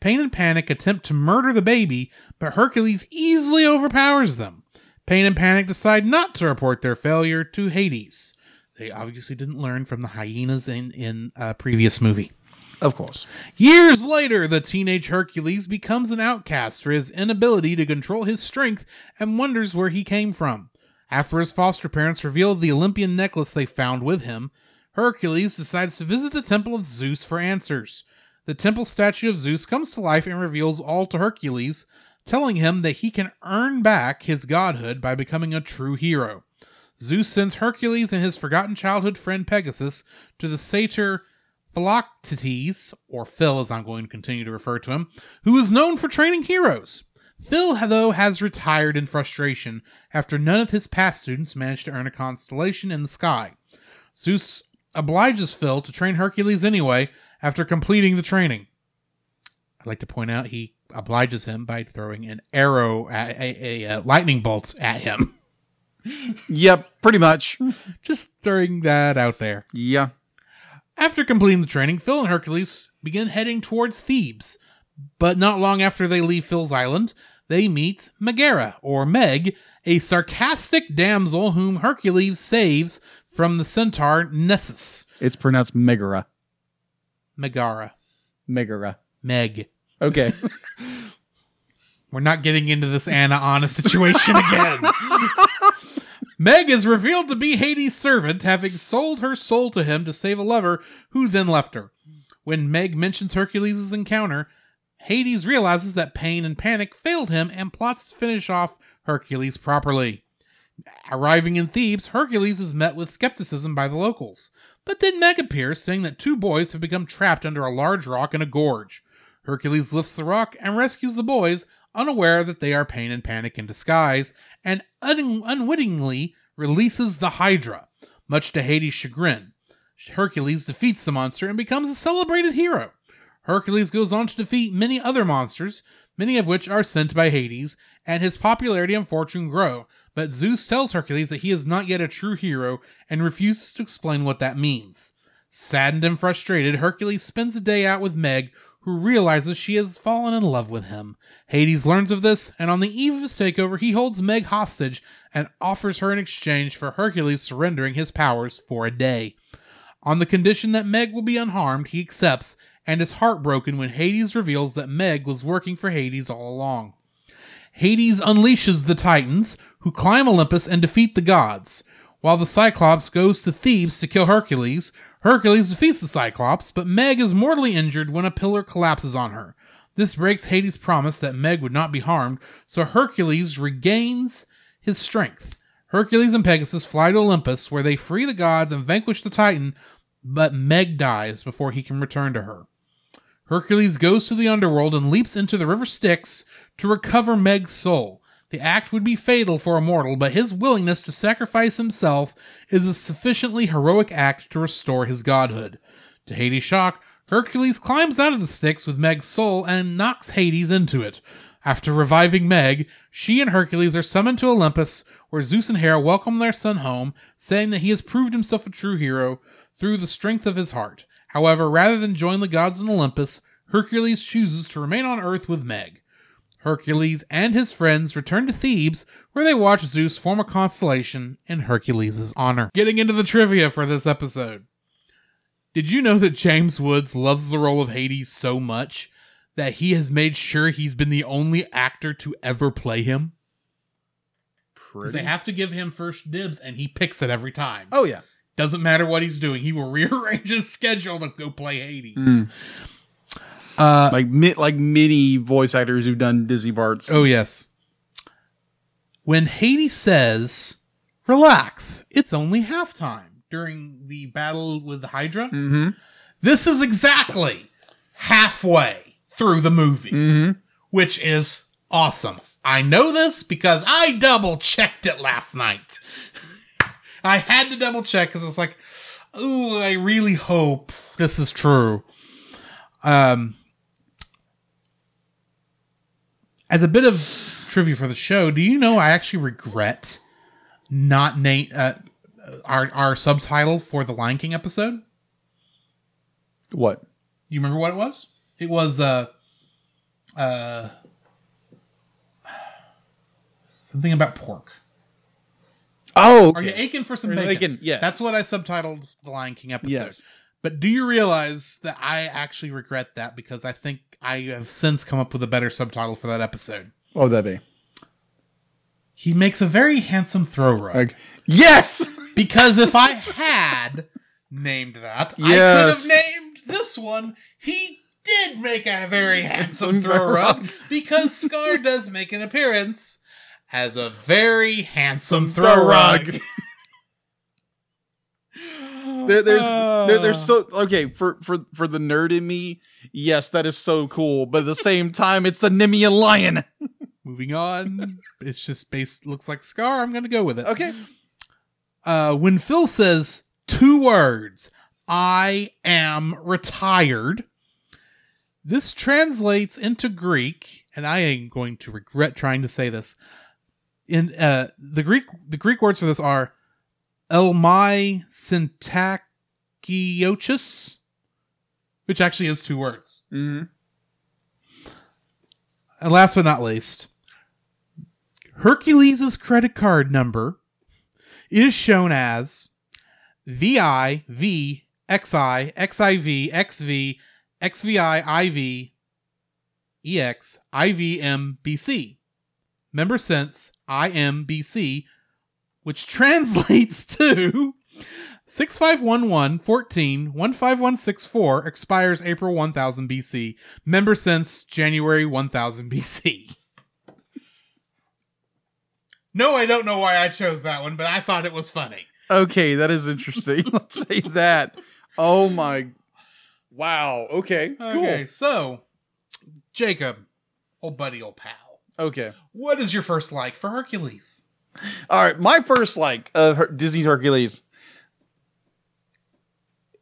[SPEAKER 1] Pain and Panic attempt to murder the baby, but Hercules easily overpowers them. Pain and Panic decide not to report their failure to Hades. They obviously didn't learn from the hyenas in in a previous movie.
[SPEAKER 2] Of course.
[SPEAKER 1] Years later, the teenage Hercules becomes an outcast for his inability to control his strength and wonders where he came from. After his foster parents reveal the Olympian necklace they found with him, Hercules decides to visit the temple of Zeus for answers. The temple statue of Zeus comes to life and reveals all to Hercules, telling him that he can earn back his godhood by becoming a true hero. Zeus sends Hercules and his forgotten childhood friend Pegasus to the satyr Philoctetes, or Phil as I'm going to continue to refer to him, who is known for training heroes. Phil, though, has retired in frustration after none of his past students managed to earn a constellation in the sky. Zeus obliges Phil to train Hercules anyway after completing the training. I'd like to point out he obliges him by throwing an arrow, at, a, a, a lightning bolt at him. [laughs]
[SPEAKER 2] Yep. Pretty much.
[SPEAKER 1] Just throwing that out there.
[SPEAKER 2] Yeah.
[SPEAKER 1] After completing the training, Phil and Hercules begin heading towards Thebes. But not long after they leave Phil's island, they meet Megara, or Meg, a sarcastic damsel whom Hercules saves from the centaur Nessus.
[SPEAKER 2] It's pronounced Megara.
[SPEAKER 1] Megara.
[SPEAKER 2] Megara.
[SPEAKER 1] Meg. [laughs]
[SPEAKER 2] Okay.
[SPEAKER 1] We're not getting into this Anna Anna situation again. Meg is revealed to be Hades' servant, having sold her soul to him to save a lover who then left her. When Meg mentions Hercules' encounter, Hades realizes that pain and panic failed him and plots to finish off Hercules properly. Arriving in Thebes, Hercules is met with skepticism by the locals. But then Meg appears, saying that two boys have become trapped under a large rock in a gorge. Hercules lifts the rock and rescues the boys, unaware that they are Pain and Panic in disguise, and un- unwittingly releases the Hydra, much to Hades' chagrin. Hercules defeats the monster and becomes a celebrated hero. Hercules goes on to defeat many other monsters, many of which are sent by Hades, and his popularity and fortune grow. But Zeus tells Hercules that he is not yet a true hero and refuses to explain what that means. Saddened and frustrated, Hercules spends a day out with Meg, who realizes she has fallen in love with him. Hades learns of this, and on the eve of his takeover, he holds Meg hostage and offers her in exchange for Hercules surrendering his powers for a day. On the condition that Meg will be unharmed, he accepts and is heartbroken when Hades reveals that Meg was working for Hades all along. Hades unleashes the Titans, who climb Olympus and defeat the gods. While the Cyclops goes to Thebes to kill Hercules, Hercules defeats the Cyclops, but Meg is mortally injured when a pillar collapses on her. This breaks Hades' promise that Meg would not be harmed, so Hercules regains his strength. Hercules and Pegasus fly to Olympus, where they free the gods and vanquish the Titan, but Meg dies before he can return to her. Hercules goes to the underworld and leaps into the river Styx to recover Meg's soul. The act would be fatal for a mortal, but his willingness to sacrifice himself is a sufficiently heroic act to restore his godhood. To Hades' shock, Hercules climbs out of the Styx with Meg's soul and knocks Hades into it. After reviving Meg, she and Hercules are summoned to Olympus, where Zeus and Hera welcome their son home, saying that he has proved himself a true hero through the strength of his heart. However, rather than join the gods in Olympus, Hercules chooses to remain on Earth with Meg. Hercules and his friends return to Thebes, where they watch Zeus form a constellation in Hercules' honor. Getting into the trivia for this episode. Did you know that James Woods loves the role of Hades so much that he has made sure he's been the only actor to ever play him? Because
[SPEAKER 2] Pretty.
[SPEAKER 1] they have to give him first dibs, and he picks it every time.
[SPEAKER 2] oh yeah.
[SPEAKER 1] Doesn't matter what he's doing, he will [laughs] rearrange his schedule to go play Hades.
[SPEAKER 2] Mm.
[SPEAKER 1] Uh,
[SPEAKER 2] Like mi- like many voice actors who've done Disney parts.
[SPEAKER 1] Oh, yes. When Haiti says, relax, it's only halftime during the battle with Hydra,
[SPEAKER 2] Mm-hmm.
[SPEAKER 1] this is exactly halfway through the movie,
[SPEAKER 2] Mm-hmm.
[SPEAKER 1] which is awesome. I know this because I double checked it last night. [laughs] I had to double check because it's like, ooh, I really hope this is true. Um, as a bit of trivia for the show, do you know I actually regret not name uh, our our subtitle for the Lion King episode?
[SPEAKER 2] What?
[SPEAKER 1] You remember what it was? It was uh uh something about pork.
[SPEAKER 2] Oh,
[SPEAKER 1] Are you aching for some
[SPEAKER 2] Are you
[SPEAKER 1] bacon?
[SPEAKER 2] aching? Yes.
[SPEAKER 1] That's what I subtitled the Lion King episode.
[SPEAKER 2] Yes.
[SPEAKER 1] But do you realize that I actually regret that because I think I have since come up with a better subtitle for that episode.
[SPEAKER 2] Oh, that be
[SPEAKER 1] He makes a very handsome throw rug.
[SPEAKER 2] like
[SPEAKER 1] [laughs]
[SPEAKER 2] yes.
[SPEAKER 1] Because if I had named that,
[SPEAKER 2] Yes.
[SPEAKER 1] I could have named this one. He did make a very handsome throw up because Scar does make an appearance as a very handsome throw,
[SPEAKER 2] [laughs] throw
[SPEAKER 1] rug.
[SPEAKER 2] There, there's
[SPEAKER 1] Oh.
[SPEAKER 2] there,
[SPEAKER 1] Ah.
[SPEAKER 2] there's so okay for for for the nerd in me. Yes, that is so cool. But at the same time, it's the Nemean lion.
[SPEAKER 1] moving on. It's just based looks like Scar. I'm gonna go with it.
[SPEAKER 2] Okay.
[SPEAKER 1] Uh, when Phil says two words, I am retired, this translates into Greek, and I am going to regret trying to say this. In uh, the Greek, the Greek words for this are elmai syntakiochus, which actually is two words.
[SPEAKER 2] Mm-hmm.
[SPEAKER 1] And last but not least, Hercules' credit card number is shown as VI, V, XI, XIV, XV, XVI, IV, EX, IVMBC. Member since IMBC, which [laughs] translates to 6511 14 15164 expires April 1000 BC. Member since January 1000 BC. No, I don't know why I chose that one, but I thought it was funny.
[SPEAKER 2] Okay, that is interesting. [laughs] Let's say that. Oh my. Wow. Okay.
[SPEAKER 1] Okay, so Jacob, old buddy, old pal,
[SPEAKER 2] Cool. Okay.
[SPEAKER 1] what is your first like for Hercules?
[SPEAKER 2] All right. My first like of Her- Disney's Hercules.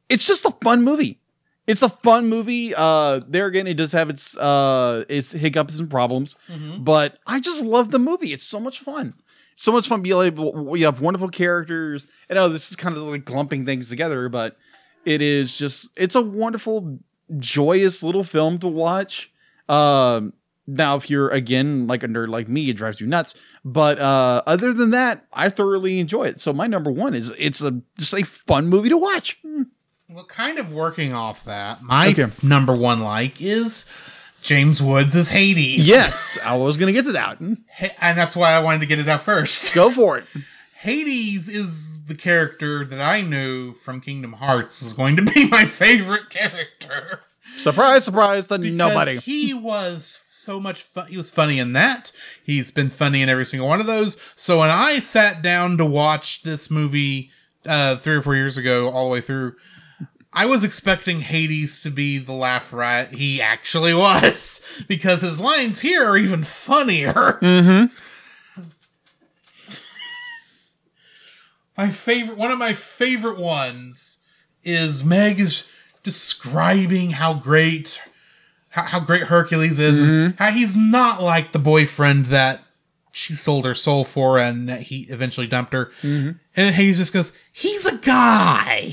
[SPEAKER 2] It's just a fun movie. It's a fun movie. Uh, there again, it does have its uh, its hiccups and problems.
[SPEAKER 1] Mm-hmm.
[SPEAKER 2] Mm-hmm. but I just love the movie. It's so much fun. So much fun. Be able we have wonderful characters. And oh, this is kind of like clumping things together, but it is just it's a wonderful, joyous little film to watch. Um, now, if you're again like a nerd like me, it drives you nuts. But uh, other than that, I thoroughly enjoy it. So my number one is it's a just a fun movie to [laughs] watch.
[SPEAKER 1] Well, kind of working off that, my
[SPEAKER 2] Okay.
[SPEAKER 1] f- number one like is James Woods as Hades.
[SPEAKER 2] Yes, I was gonna get to that.
[SPEAKER 1] H- and that's why I wanted to get it out first.
[SPEAKER 2] Go for it.
[SPEAKER 1] Hades is the character that I knew from Kingdom Hearts is going to be [laughs] my favorite character.
[SPEAKER 2] Surprise, surprise to
[SPEAKER 1] Because
[SPEAKER 2] nobody.
[SPEAKER 1] He was so much fun. He was funny in that. He's been funny in every single one of those. So when I sat down to watch this movie uh, three or four years ago, all the way through, I was expecting Hades to be the laugh rat he actually [laughs] was because his lines here are even funnier.
[SPEAKER 2] Mm-hmm.
[SPEAKER 1] My favorite, one of my favorite ones is Meg is describing how great, how, how great Hercules is, and how he's not like the boyfriend that she sold her soul for and that he eventually dumped her. And Hades just goes, he's a guy.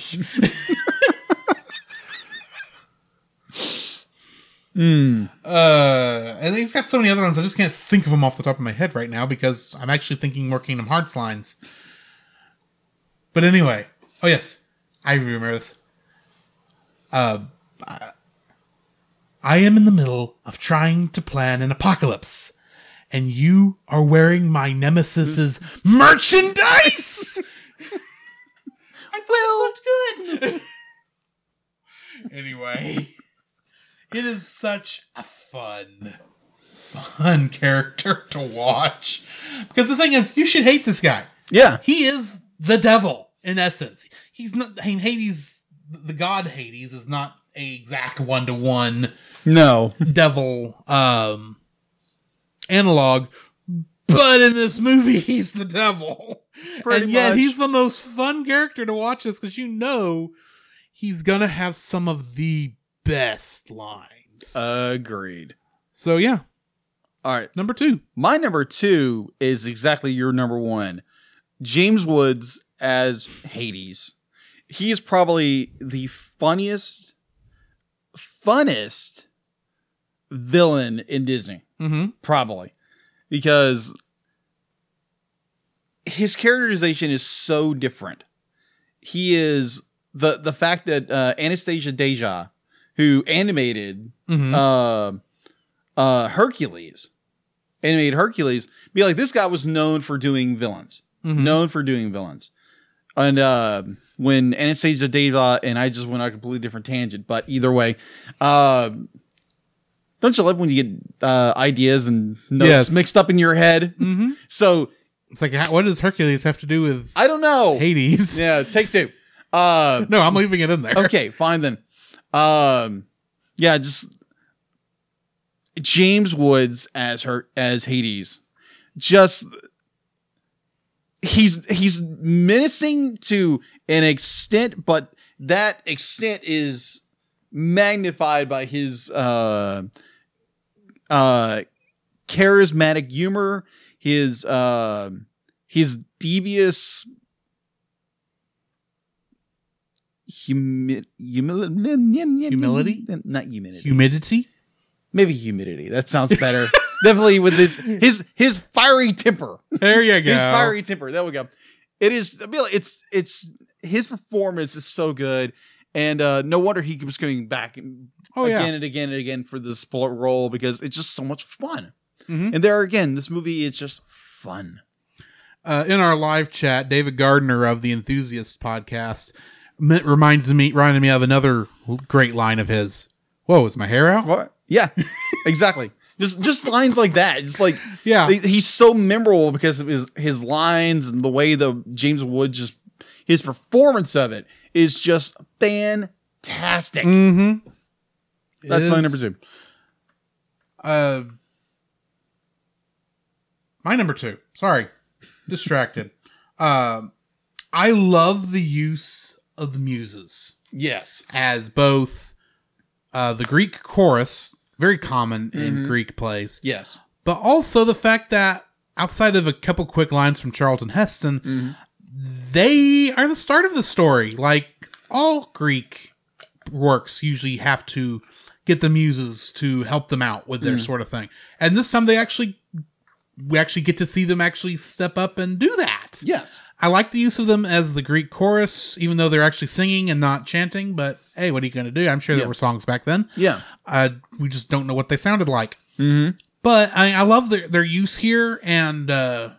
[SPEAKER 1] Uh, and he's got so many other ones. I just can't think of them off the top of my head right now because I'm actually thinking more Kingdom Hearts lines. But anyway, oh yes, I remember this. Uh, I- I am in the middle of trying to plan an apocalypse, and you are wearing my nemesis's merchandise. [laughs] I will good. [laughs] anyway, it is such a fun, fun [laughs] character to watch because the thing is, you should hate this guy.
[SPEAKER 2] Yeah.
[SPEAKER 1] He is the devil in essence. He's not. I mean, Hades, the god Hades, is not a exact one to
[SPEAKER 2] [laughs]
[SPEAKER 1] one
[SPEAKER 2] No.
[SPEAKER 1] devil um analog, but in this movie, [laughs] he's the devil.
[SPEAKER 2] Pretty
[SPEAKER 1] and yet,
[SPEAKER 2] much.
[SPEAKER 1] he's the most fun character to watch this because you know he's gonna have some of the best lines.
[SPEAKER 2] Uh, Agreed.
[SPEAKER 1] so yeah,
[SPEAKER 2] All right.
[SPEAKER 1] number two.
[SPEAKER 2] My number two is exactly your number one. James Woods as Hades. He is probably the funniest, funnest villain in Disney.
[SPEAKER 1] Mm-hmm.
[SPEAKER 2] Probably. Because his characterization is so different. He is the the fact that uh, Anastasia Deja, who animated
[SPEAKER 1] Mm-hmm.
[SPEAKER 2] uh, uh, Hercules, animated Hercules, be like this guy was known for doing villains,
[SPEAKER 1] Mm-hmm.
[SPEAKER 2] known for doing villains. And uh, when Anastasia Deva and I just went on a completely different tangent, but either way, uh, don't you love when you get uh, ideas and notes
[SPEAKER 1] Yes.
[SPEAKER 2] mixed up in your head?
[SPEAKER 1] Mm-hmm.
[SPEAKER 2] So
[SPEAKER 1] It's like, how- what does Hercules have to do with
[SPEAKER 2] I don't know.
[SPEAKER 1] Hades?
[SPEAKER 2] Oh. Yeah, take two. Uh,
[SPEAKER 1] [laughs] No, I'm leaving it in there.
[SPEAKER 2] okay, fine then. Um, yeah, just James Woods as her as Hades. Just he's he's menacing to an extent, but that extent is magnified by his uh uh charismatic humor, his uh his devious humi- humil-
[SPEAKER 1] Humility?
[SPEAKER 2] not humidity
[SPEAKER 1] Humidity.
[SPEAKER 2] maybe humidity that sounds better [laughs] definitely with his his his fiery temper
[SPEAKER 1] There you go.
[SPEAKER 2] his fiery temper there we go it is I mean, it's it's his performance is so good and uh no wonder he keeps coming back
[SPEAKER 1] oh yeah.
[SPEAKER 2] again and again and again for this pl- role because it's just so much fun
[SPEAKER 1] Mhm.
[SPEAKER 2] and there again this movie is just fun
[SPEAKER 1] uh, in our live chat, David Gardner of the Enthusiast podcast m- reminds me reminded me of another l- great line of his. Whoa, is my hair out?
[SPEAKER 2] what yeah [laughs] exactly just just lines like that just like
[SPEAKER 1] Yeah,
[SPEAKER 2] He- he's so memorable because of his his lines and the way the James Wood just his performance of it is just fantastic.
[SPEAKER 1] mm-hmm.
[SPEAKER 2] That's my number two.
[SPEAKER 1] Uh, my number two. Sorry, distracted. [laughs] Um, I love the use of the muses.
[SPEAKER 2] Yes.
[SPEAKER 1] as both uh, the Greek chorus, very common in
[SPEAKER 2] Mhm.
[SPEAKER 1] Greek plays,
[SPEAKER 2] Yes.
[SPEAKER 1] but also the fact that outside of a couple quick lines from Charlton Heston,
[SPEAKER 2] Mm-hmm.
[SPEAKER 1] they are the start of the story. Like all Greek works usually have to get the muses to help them out with their
[SPEAKER 2] Mhm.
[SPEAKER 1] sort of thing. And this time they actually we actually get to see them actually step up and do that.
[SPEAKER 2] Yes.
[SPEAKER 1] I like the use of them as the Greek chorus, even though they're actually singing and not chanting. But hey, what are you going to do? I'm sure there
[SPEAKER 2] Yeah.
[SPEAKER 1] were songs back then.
[SPEAKER 2] Yeah.
[SPEAKER 1] Uh, we just don't know what they sounded like.
[SPEAKER 2] Mm-hmm.
[SPEAKER 1] But I, I love their, their use here, and uh,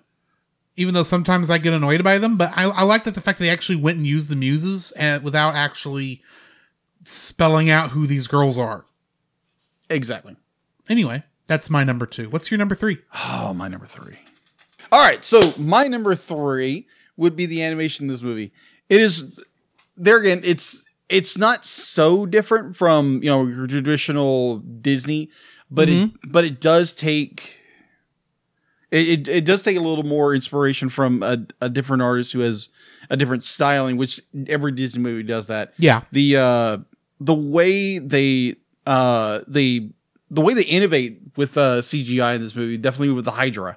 [SPEAKER 1] even though sometimes I get annoyed by them, but I, I like that the fact they actually went and used the muses and without actually spelling out who these girls are.
[SPEAKER 2] Exactly.
[SPEAKER 1] Anyway, that's my number two. What's your number three?
[SPEAKER 2] Oh, my number three. All right. So my number three would be the animation in this movie. It is there again. It's it's not so different from you know your traditional Disney, but it but it does take. It, it, it does take a little more inspiration from a, a different artist who has a different styling, which every Disney movie does that
[SPEAKER 1] Yeah.
[SPEAKER 2] the uh the way they uh they the way they innovate with uh CGI in this movie, definitely with the Hydra.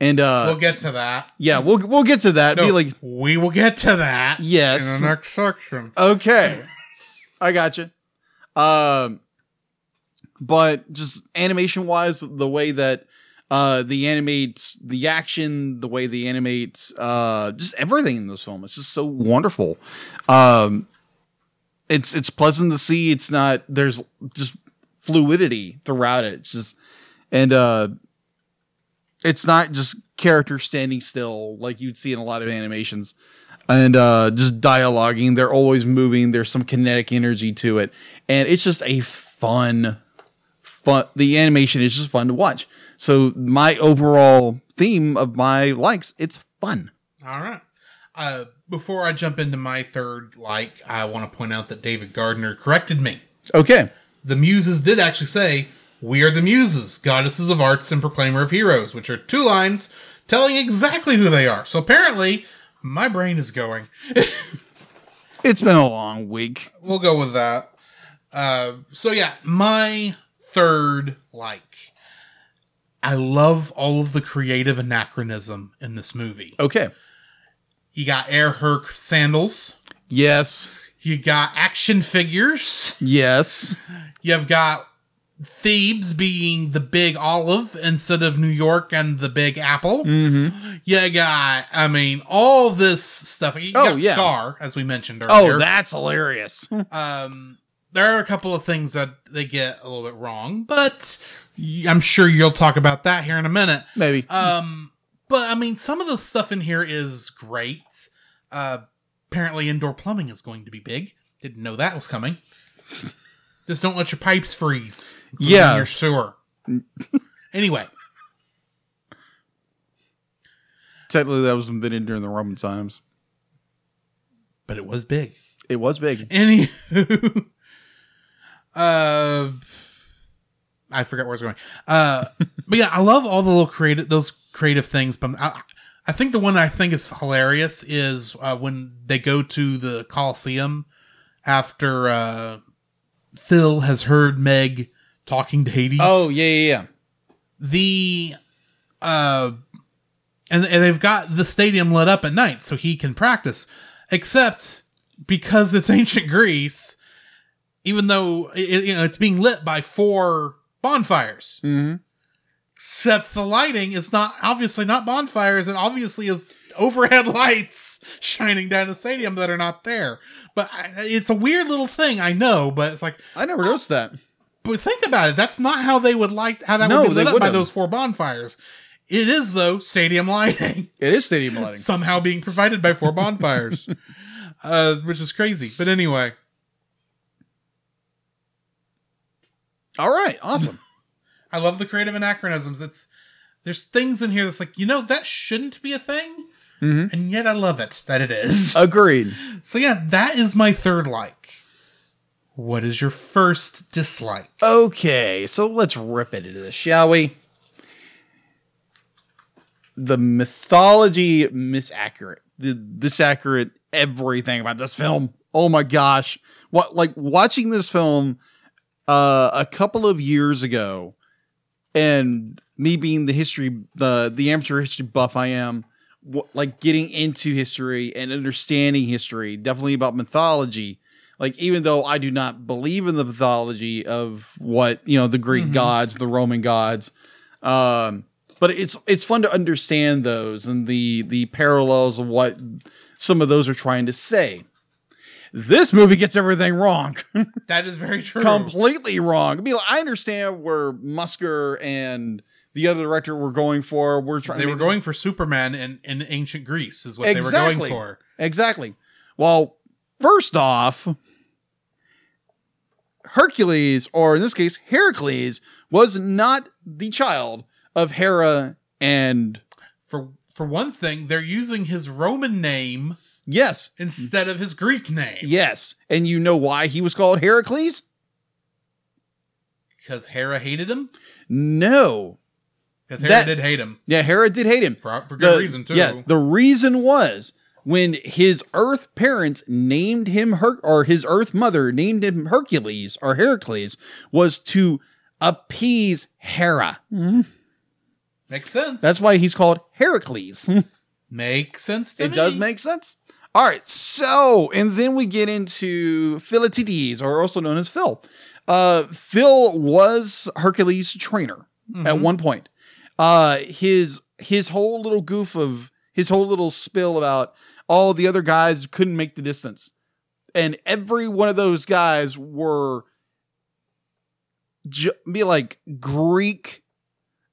[SPEAKER 2] And uh
[SPEAKER 1] we'll get to that.
[SPEAKER 2] yeah, we'll we'll get to that. Be
[SPEAKER 1] No,
[SPEAKER 2] like
[SPEAKER 1] we will get to that
[SPEAKER 2] yes. Uh,
[SPEAKER 1] in the next section.
[SPEAKER 2] Okay. I gotcha. Um but just animation wise, the way that uh the animate the action, the way they animate uh just everything in this film. It's just so wonderful. Um it's it's pleasant to see. It's not there's just fluidity throughout it. It's just and uh it's not just characters standing still like you'd see in a lot of animations and uh just dialoguing. They're always moving. There's some kinetic energy to it. And it's just a fun fun the animation is just fun to watch. So my overall theme of my likes, it's fun.
[SPEAKER 1] All right. Uh, before I jump into my third like, I want to point out that David Gardner corrected me.
[SPEAKER 2] Okay.
[SPEAKER 1] The Muses did actually say, We are the Muses, goddesses of arts and proclaimer of heroes, which are two lines telling exactly who they are. So apparently, my brain is going.
[SPEAKER 2] It's been a long week.
[SPEAKER 1] We'll go with that. Uh, so yeah, my third like. I love all of the creative anachronism in this movie.
[SPEAKER 2] Okay.
[SPEAKER 1] You got Air Herc sandals.
[SPEAKER 2] Yes.
[SPEAKER 1] You got action figures.
[SPEAKER 2] Yes.
[SPEAKER 1] You've got Thebes being the big olive instead of New York and the big apple.
[SPEAKER 2] Mm-hmm.
[SPEAKER 1] You got, I mean, all this stuff. You
[SPEAKER 2] Oh,
[SPEAKER 1] got
[SPEAKER 2] yeah.
[SPEAKER 1] Scar, as we mentioned earlier.
[SPEAKER 2] [laughs] Oh, that's hilarious.
[SPEAKER 1] um, there are a couple of things that they get a little bit wrong, but y- I'm sure you'll talk about that here in a minute.
[SPEAKER 2] Maybe.
[SPEAKER 1] Um, but I mean, some of the stuff in here is great. Uh, apparently, indoor plumbing is going to be big. Didn't know that was coming. Just don't let your pipes freeze. including
[SPEAKER 2] Yeah.
[SPEAKER 1] your sewer. anyway,
[SPEAKER 2] Technically, that was invented during the Roman times.
[SPEAKER 1] but it was big.
[SPEAKER 2] It was big.
[SPEAKER 1] Anywho, [laughs] uh, I forgot where I was going. Uh, but yeah, I love all the little creative those creative things. But I, I think the one I think is hilarious is uh, when they go to the Coliseum after uh, Phil has heard Meg talking to Hades
[SPEAKER 2] Oh yeah, yeah, yeah.
[SPEAKER 1] the uh and, and they've got the stadium lit up at night so he can practice except because it's [laughs] ancient greece even though it- it, you know it's being lit by four bonfires
[SPEAKER 2] Mm-hmm.
[SPEAKER 1] except the lighting is not obviously not bonfires and obviously is overhead [laughs] lights shining down the stadium that are not there but I, it's a weird little thing i know but it's like
[SPEAKER 2] I never noticed that.
[SPEAKER 1] but think about it. That's not how they would like how that
[SPEAKER 2] No,
[SPEAKER 1] would be
[SPEAKER 2] they
[SPEAKER 1] lit up by
[SPEAKER 2] wouldn't.
[SPEAKER 1] those four bonfires. It is though stadium
[SPEAKER 2] [laughs]
[SPEAKER 1] lighting
[SPEAKER 2] It is stadium lighting.
[SPEAKER 1] somehow being provided by four
[SPEAKER 2] [laughs]
[SPEAKER 1] bonfires, uh, which is crazy. But anyway,
[SPEAKER 2] All right, awesome.
[SPEAKER 1] I love the creative anachronisms. It's there's things in here that's like you know that shouldn't be a thing,
[SPEAKER 2] Mm-hmm.
[SPEAKER 1] and yet I love it that it is.
[SPEAKER 2] Uh, Agreed.
[SPEAKER 1] so yeah, that is my third like. What is your first dislike?
[SPEAKER 2] Okay, so let's rip into this, shall we? The mythology misaccurate. The disaccurate everything about this film. Oh my gosh. What like watching this film uh a couple of years ago and me being the history the the amateur history buff I am wh- like getting into history and understanding history, definitely about mythology like even though I do not believe in the mythology of what you know the Greek
[SPEAKER 1] Mhm.
[SPEAKER 2] gods, the Roman gods, um, but it's it's fun to understand those and the the parallels of what some of those are trying to say. This movie gets everything wrong, [laughs]
[SPEAKER 1] That is very true.
[SPEAKER 2] completely wrong. I mean, I understand where Musker and the other director were going for. We're trying.
[SPEAKER 1] they
[SPEAKER 2] to
[SPEAKER 1] were
[SPEAKER 2] make-
[SPEAKER 1] going for Superman in, in ancient Greece, is what they were
[SPEAKER 2] Exactly.
[SPEAKER 1] going for.
[SPEAKER 2] Exactly. Well, first off, Hercules, or in this case, Heracles, was not the child of Hera and
[SPEAKER 1] for for one thing, they're using his Roman name
[SPEAKER 2] yes,
[SPEAKER 1] instead of his Greek name
[SPEAKER 2] yes. And you know why he was called Heracles?
[SPEAKER 1] because Hera hated him.
[SPEAKER 2] No.
[SPEAKER 1] Because Hera
[SPEAKER 2] That-
[SPEAKER 1] did hate him
[SPEAKER 2] Yeah, Hera did hate him.
[SPEAKER 1] for for good
[SPEAKER 2] The-
[SPEAKER 1] reason too.
[SPEAKER 2] Yeah, the reason was when his Earth parents named him Her- or his Earth mother named him Hercules or Heracles was to appease Hera.
[SPEAKER 1] Makes sense.
[SPEAKER 2] That's why he's called Heracles.
[SPEAKER 1] makes sense. To
[SPEAKER 2] it
[SPEAKER 1] me.
[SPEAKER 2] does make sense. All right, so and then we get into Philatides, or also known as Phil. Uh, Phil was Hercules' trainer
[SPEAKER 1] Mhm.
[SPEAKER 2] at one point. Uh, his his whole little goof of his whole little spill about all the other guys couldn't make the distance, and every one of those guys were j- be like Greek,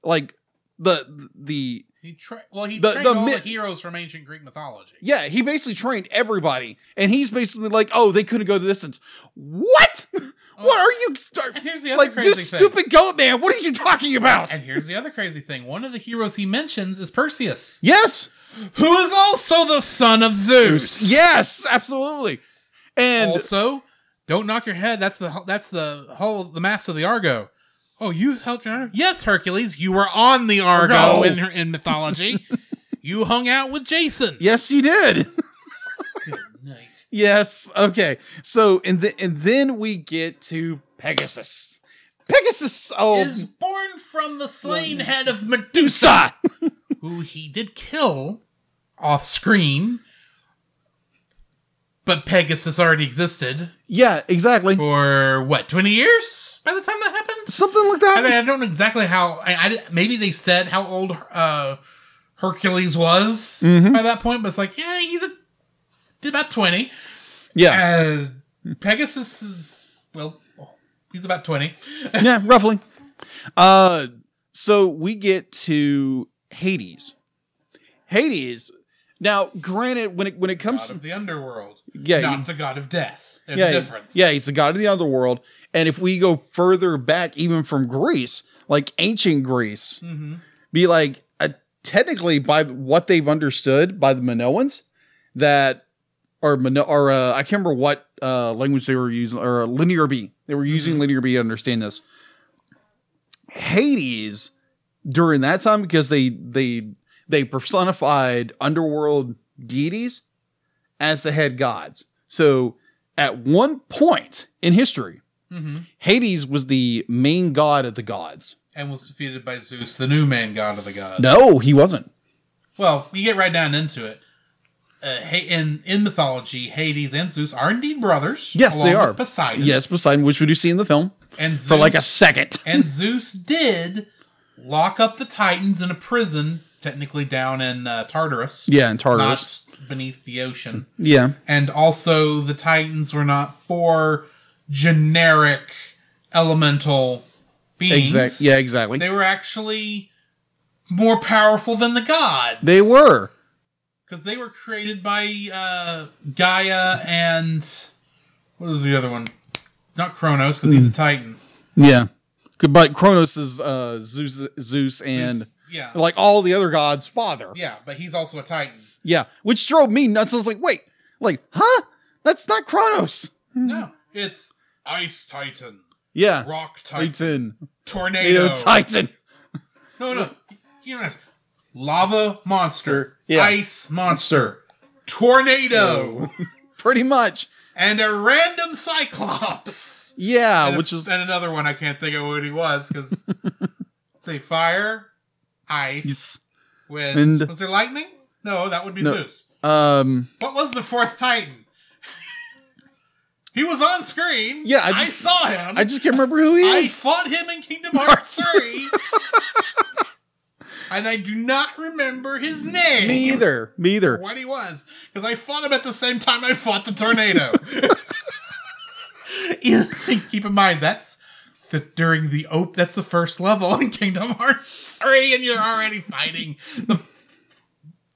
[SPEAKER 2] like the the
[SPEAKER 1] He tra- well, he
[SPEAKER 2] The-
[SPEAKER 1] trained
[SPEAKER 2] the
[SPEAKER 1] all
[SPEAKER 2] myth-
[SPEAKER 1] the heroes from ancient Greek mythology.
[SPEAKER 2] yeah. He basically trained everybody, and he's basically like, oh, they couldn't go the distance. What? [laughs] What are you start
[SPEAKER 1] And here's the other
[SPEAKER 2] like
[SPEAKER 1] crazy
[SPEAKER 2] you
[SPEAKER 1] thing.
[SPEAKER 2] stupid goat man? What are you talking about?
[SPEAKER 1] And here's the other crazy thing. One of the heroes he mentions is Perseus,
[SPEAKER 2] yes,
[SPEAKER 1] who is also the son of Zeus.
[SPEAKER 2] [laughs] yes, absolutely. And
[SPEAKER 1] also, don't knock your head. That's the that's the whole the mass of the Argo. Oh, you helped your Argo? Yes, Hercules, you were on the Argo
[SPEAKER 2] Argo.
[SPEAKER 1] in in
[SPEAKER 2] [laughs]
[SPEAKER 1] mythology. you hung out with Jason.
[SPEAKER 2] yes,
[SPEAKER 1] [laughs]
[SPEAKER 2] he did.
[SPEAKER 1] Good night.
[SPEAKER 2] Yes. Okay. So and then and then we get to Pegasus. Pegasus. Oh,
[SPEAKER 1] Is born from the slain head of Medusa,
[SPEAKER 2] Medusa.
[SPEAKER 1] who he did kill off screen. But Pegasus already existed
[SPEAKER 2] [laughs] Yeah. Exactly.
[SPEAKER 1] for what twenty years by the time that happened.
[SPEAKER 2] Something like
[SPEAKER 1] I, mean, I
[SPEAKER 2] that.
[SPEAKER 1] don't know exactly how. I, I didn't- maybe they said how old uh, Hercules was
[SPEAKER 2] Mhm.
[SPEAKER 1] by that point, but it's like yeah, he's a, he's about twenty.
[SPEAKER 2] Yeah.
[SPEAKER 1] Uh, Pegasus is well, he's about twenty.
[SPEAKER 2] Yeah. Roughly. Uh. So we get to Hades. Hades. Now, granted, when it when it comes
[SPEAKER 1] god
[SPEAKER 2] to
[SPEAKER 1] of the underworld,
[SPEAKER 2] yeah,
[SPEAKER 1] not the god of death. There's
[SPEAKER 2] yeah,
[SPEAKER 1] a difference.
[SPEAKER 2] Yeah, he's the god of the underworld. And if we go further back, even from Greece, like ancient Greece,
[SPEAKER 1] hmm
[SPEAKER 2] be like uh, technically by what they've understood by the Minoans that or Mino- or uh, I can't remember what uh, language they were using or uh, Linear B. They were using Linear B to understand this. Hades during that time because they they they personified underworld deities as the head gods. So at one point in history, Mm-hmm.
[SPEAKER 1] hmm
[SPEAKER 2] Hades was the main god of the gods.
[SPEAKER 1] And was defeated by Zeus, the new man god of the gods.
[SPEAKER 2] No, he wasn't.
[SPEAKER 1] Well, you get right down into it. Uh, Ha- in in mythology, Hades and Zeus are indeed brothers.
[SPEAKER 2] Yes, they
[SPEAKER 1] along with
[SPEAKER 2] are.
[SPEAKER 1] Poseidon.
[SPEAKER 2] Yes, Poseidon, which we do see in the film
[SPEAKER 1] and Zeus,
[SPEAKER 2] for like a second.
[SPEAKER 1] and Zeus did lock up the Titans in a prison, technically down in uh, Tartarus,
[SPEAKER 2] Yeah, and Tartarus.
[SPEAKER 1] not beneath the ocean.
[SPEAKER 2] yeah,
[SPEAKER 1] And also, the Titans were not for generic elemental beings.
[SPEAKER 2] exact. Yeah, exactly.
[SPEAKER 1] they were actually more powerful than the gods.
[SPEAKER 2] They were.
[SPEAKER 1] because they were created by uh, Gaia and what was the other one? Not Kronos because
[SPEAKER 2] Hmm.
[SPEAKER 1] he's a Titan.
[SPEAKER 2] Yeah, Good- but Kronos is uh, Zeus, Zeus, and
[SPEAKER 1] He's- yeah,
[SPEAKER 2] like all the other gods' father. Yeah.
[SPEAKER 1] yeah, but he's also a Titan.
[SPEAKER 2] which drove me nuts. I was like, wait, like, huh? That's not Kronos.
[SPEAKER 1] No, it's Ice Titan,
[SPEAKER 2] Yeah,
[SPEAKER 1] Rock Titan,
[SPEAKER 2] Titan,
[SPEAKER 1] Tornado.
[SPEAKER 2] Titan, Titan.
[SPEAKER 1] no, no, you know this. Lava monster,
[SPEAKER 2] Yeah.
[SPEAKER 1] ice monster, tornado,
[SPEAKER 2] [laughs] Pretty much.
[SPEAKER 1] and a random cyclops.
[SPEAKER 2] Yeah,
[SPEAKER 1] and
[SPEAKER 2] Ah, which
[SPEAKER 1] a-
[SPEAKER 2] is
[SPEAKER 1] and another one I can't think of what he was
[SPEAKER 2] [laughs]
[SPEAKER 1] because say fire, ice,
[SPEAKER 2] yes.
[SPEAKER 1] wind.
[SPEAKER 2] and-
[SPEAKER 1] was there lightning? No, that would be
[SPEAKER 2] No.
[SPEAKER 1] Zeus.
[SPEAKER 2] um.
[SPEAKER 1] What was the fourth Titan? [laughs] he was on screen.
[SPEAKER 2] Yeah, I just-
[SPEAKER 1] saw him.
[SPEAKER 2] I just can't remember who he
[SPEAKER 1] I
[SPEAKER 2] is.
[SPEAKER 1] fought him in Kingdom Hearts three, and I do not remember his name.
[SPEAKER 2] me either. Me either.
[SPEAKER 1] What he was because I fought him at the same time I fought the tornado. [laughs] Keep in mind that's the during the op that's the first level in Kingdom Hearts three, and you're already fighting the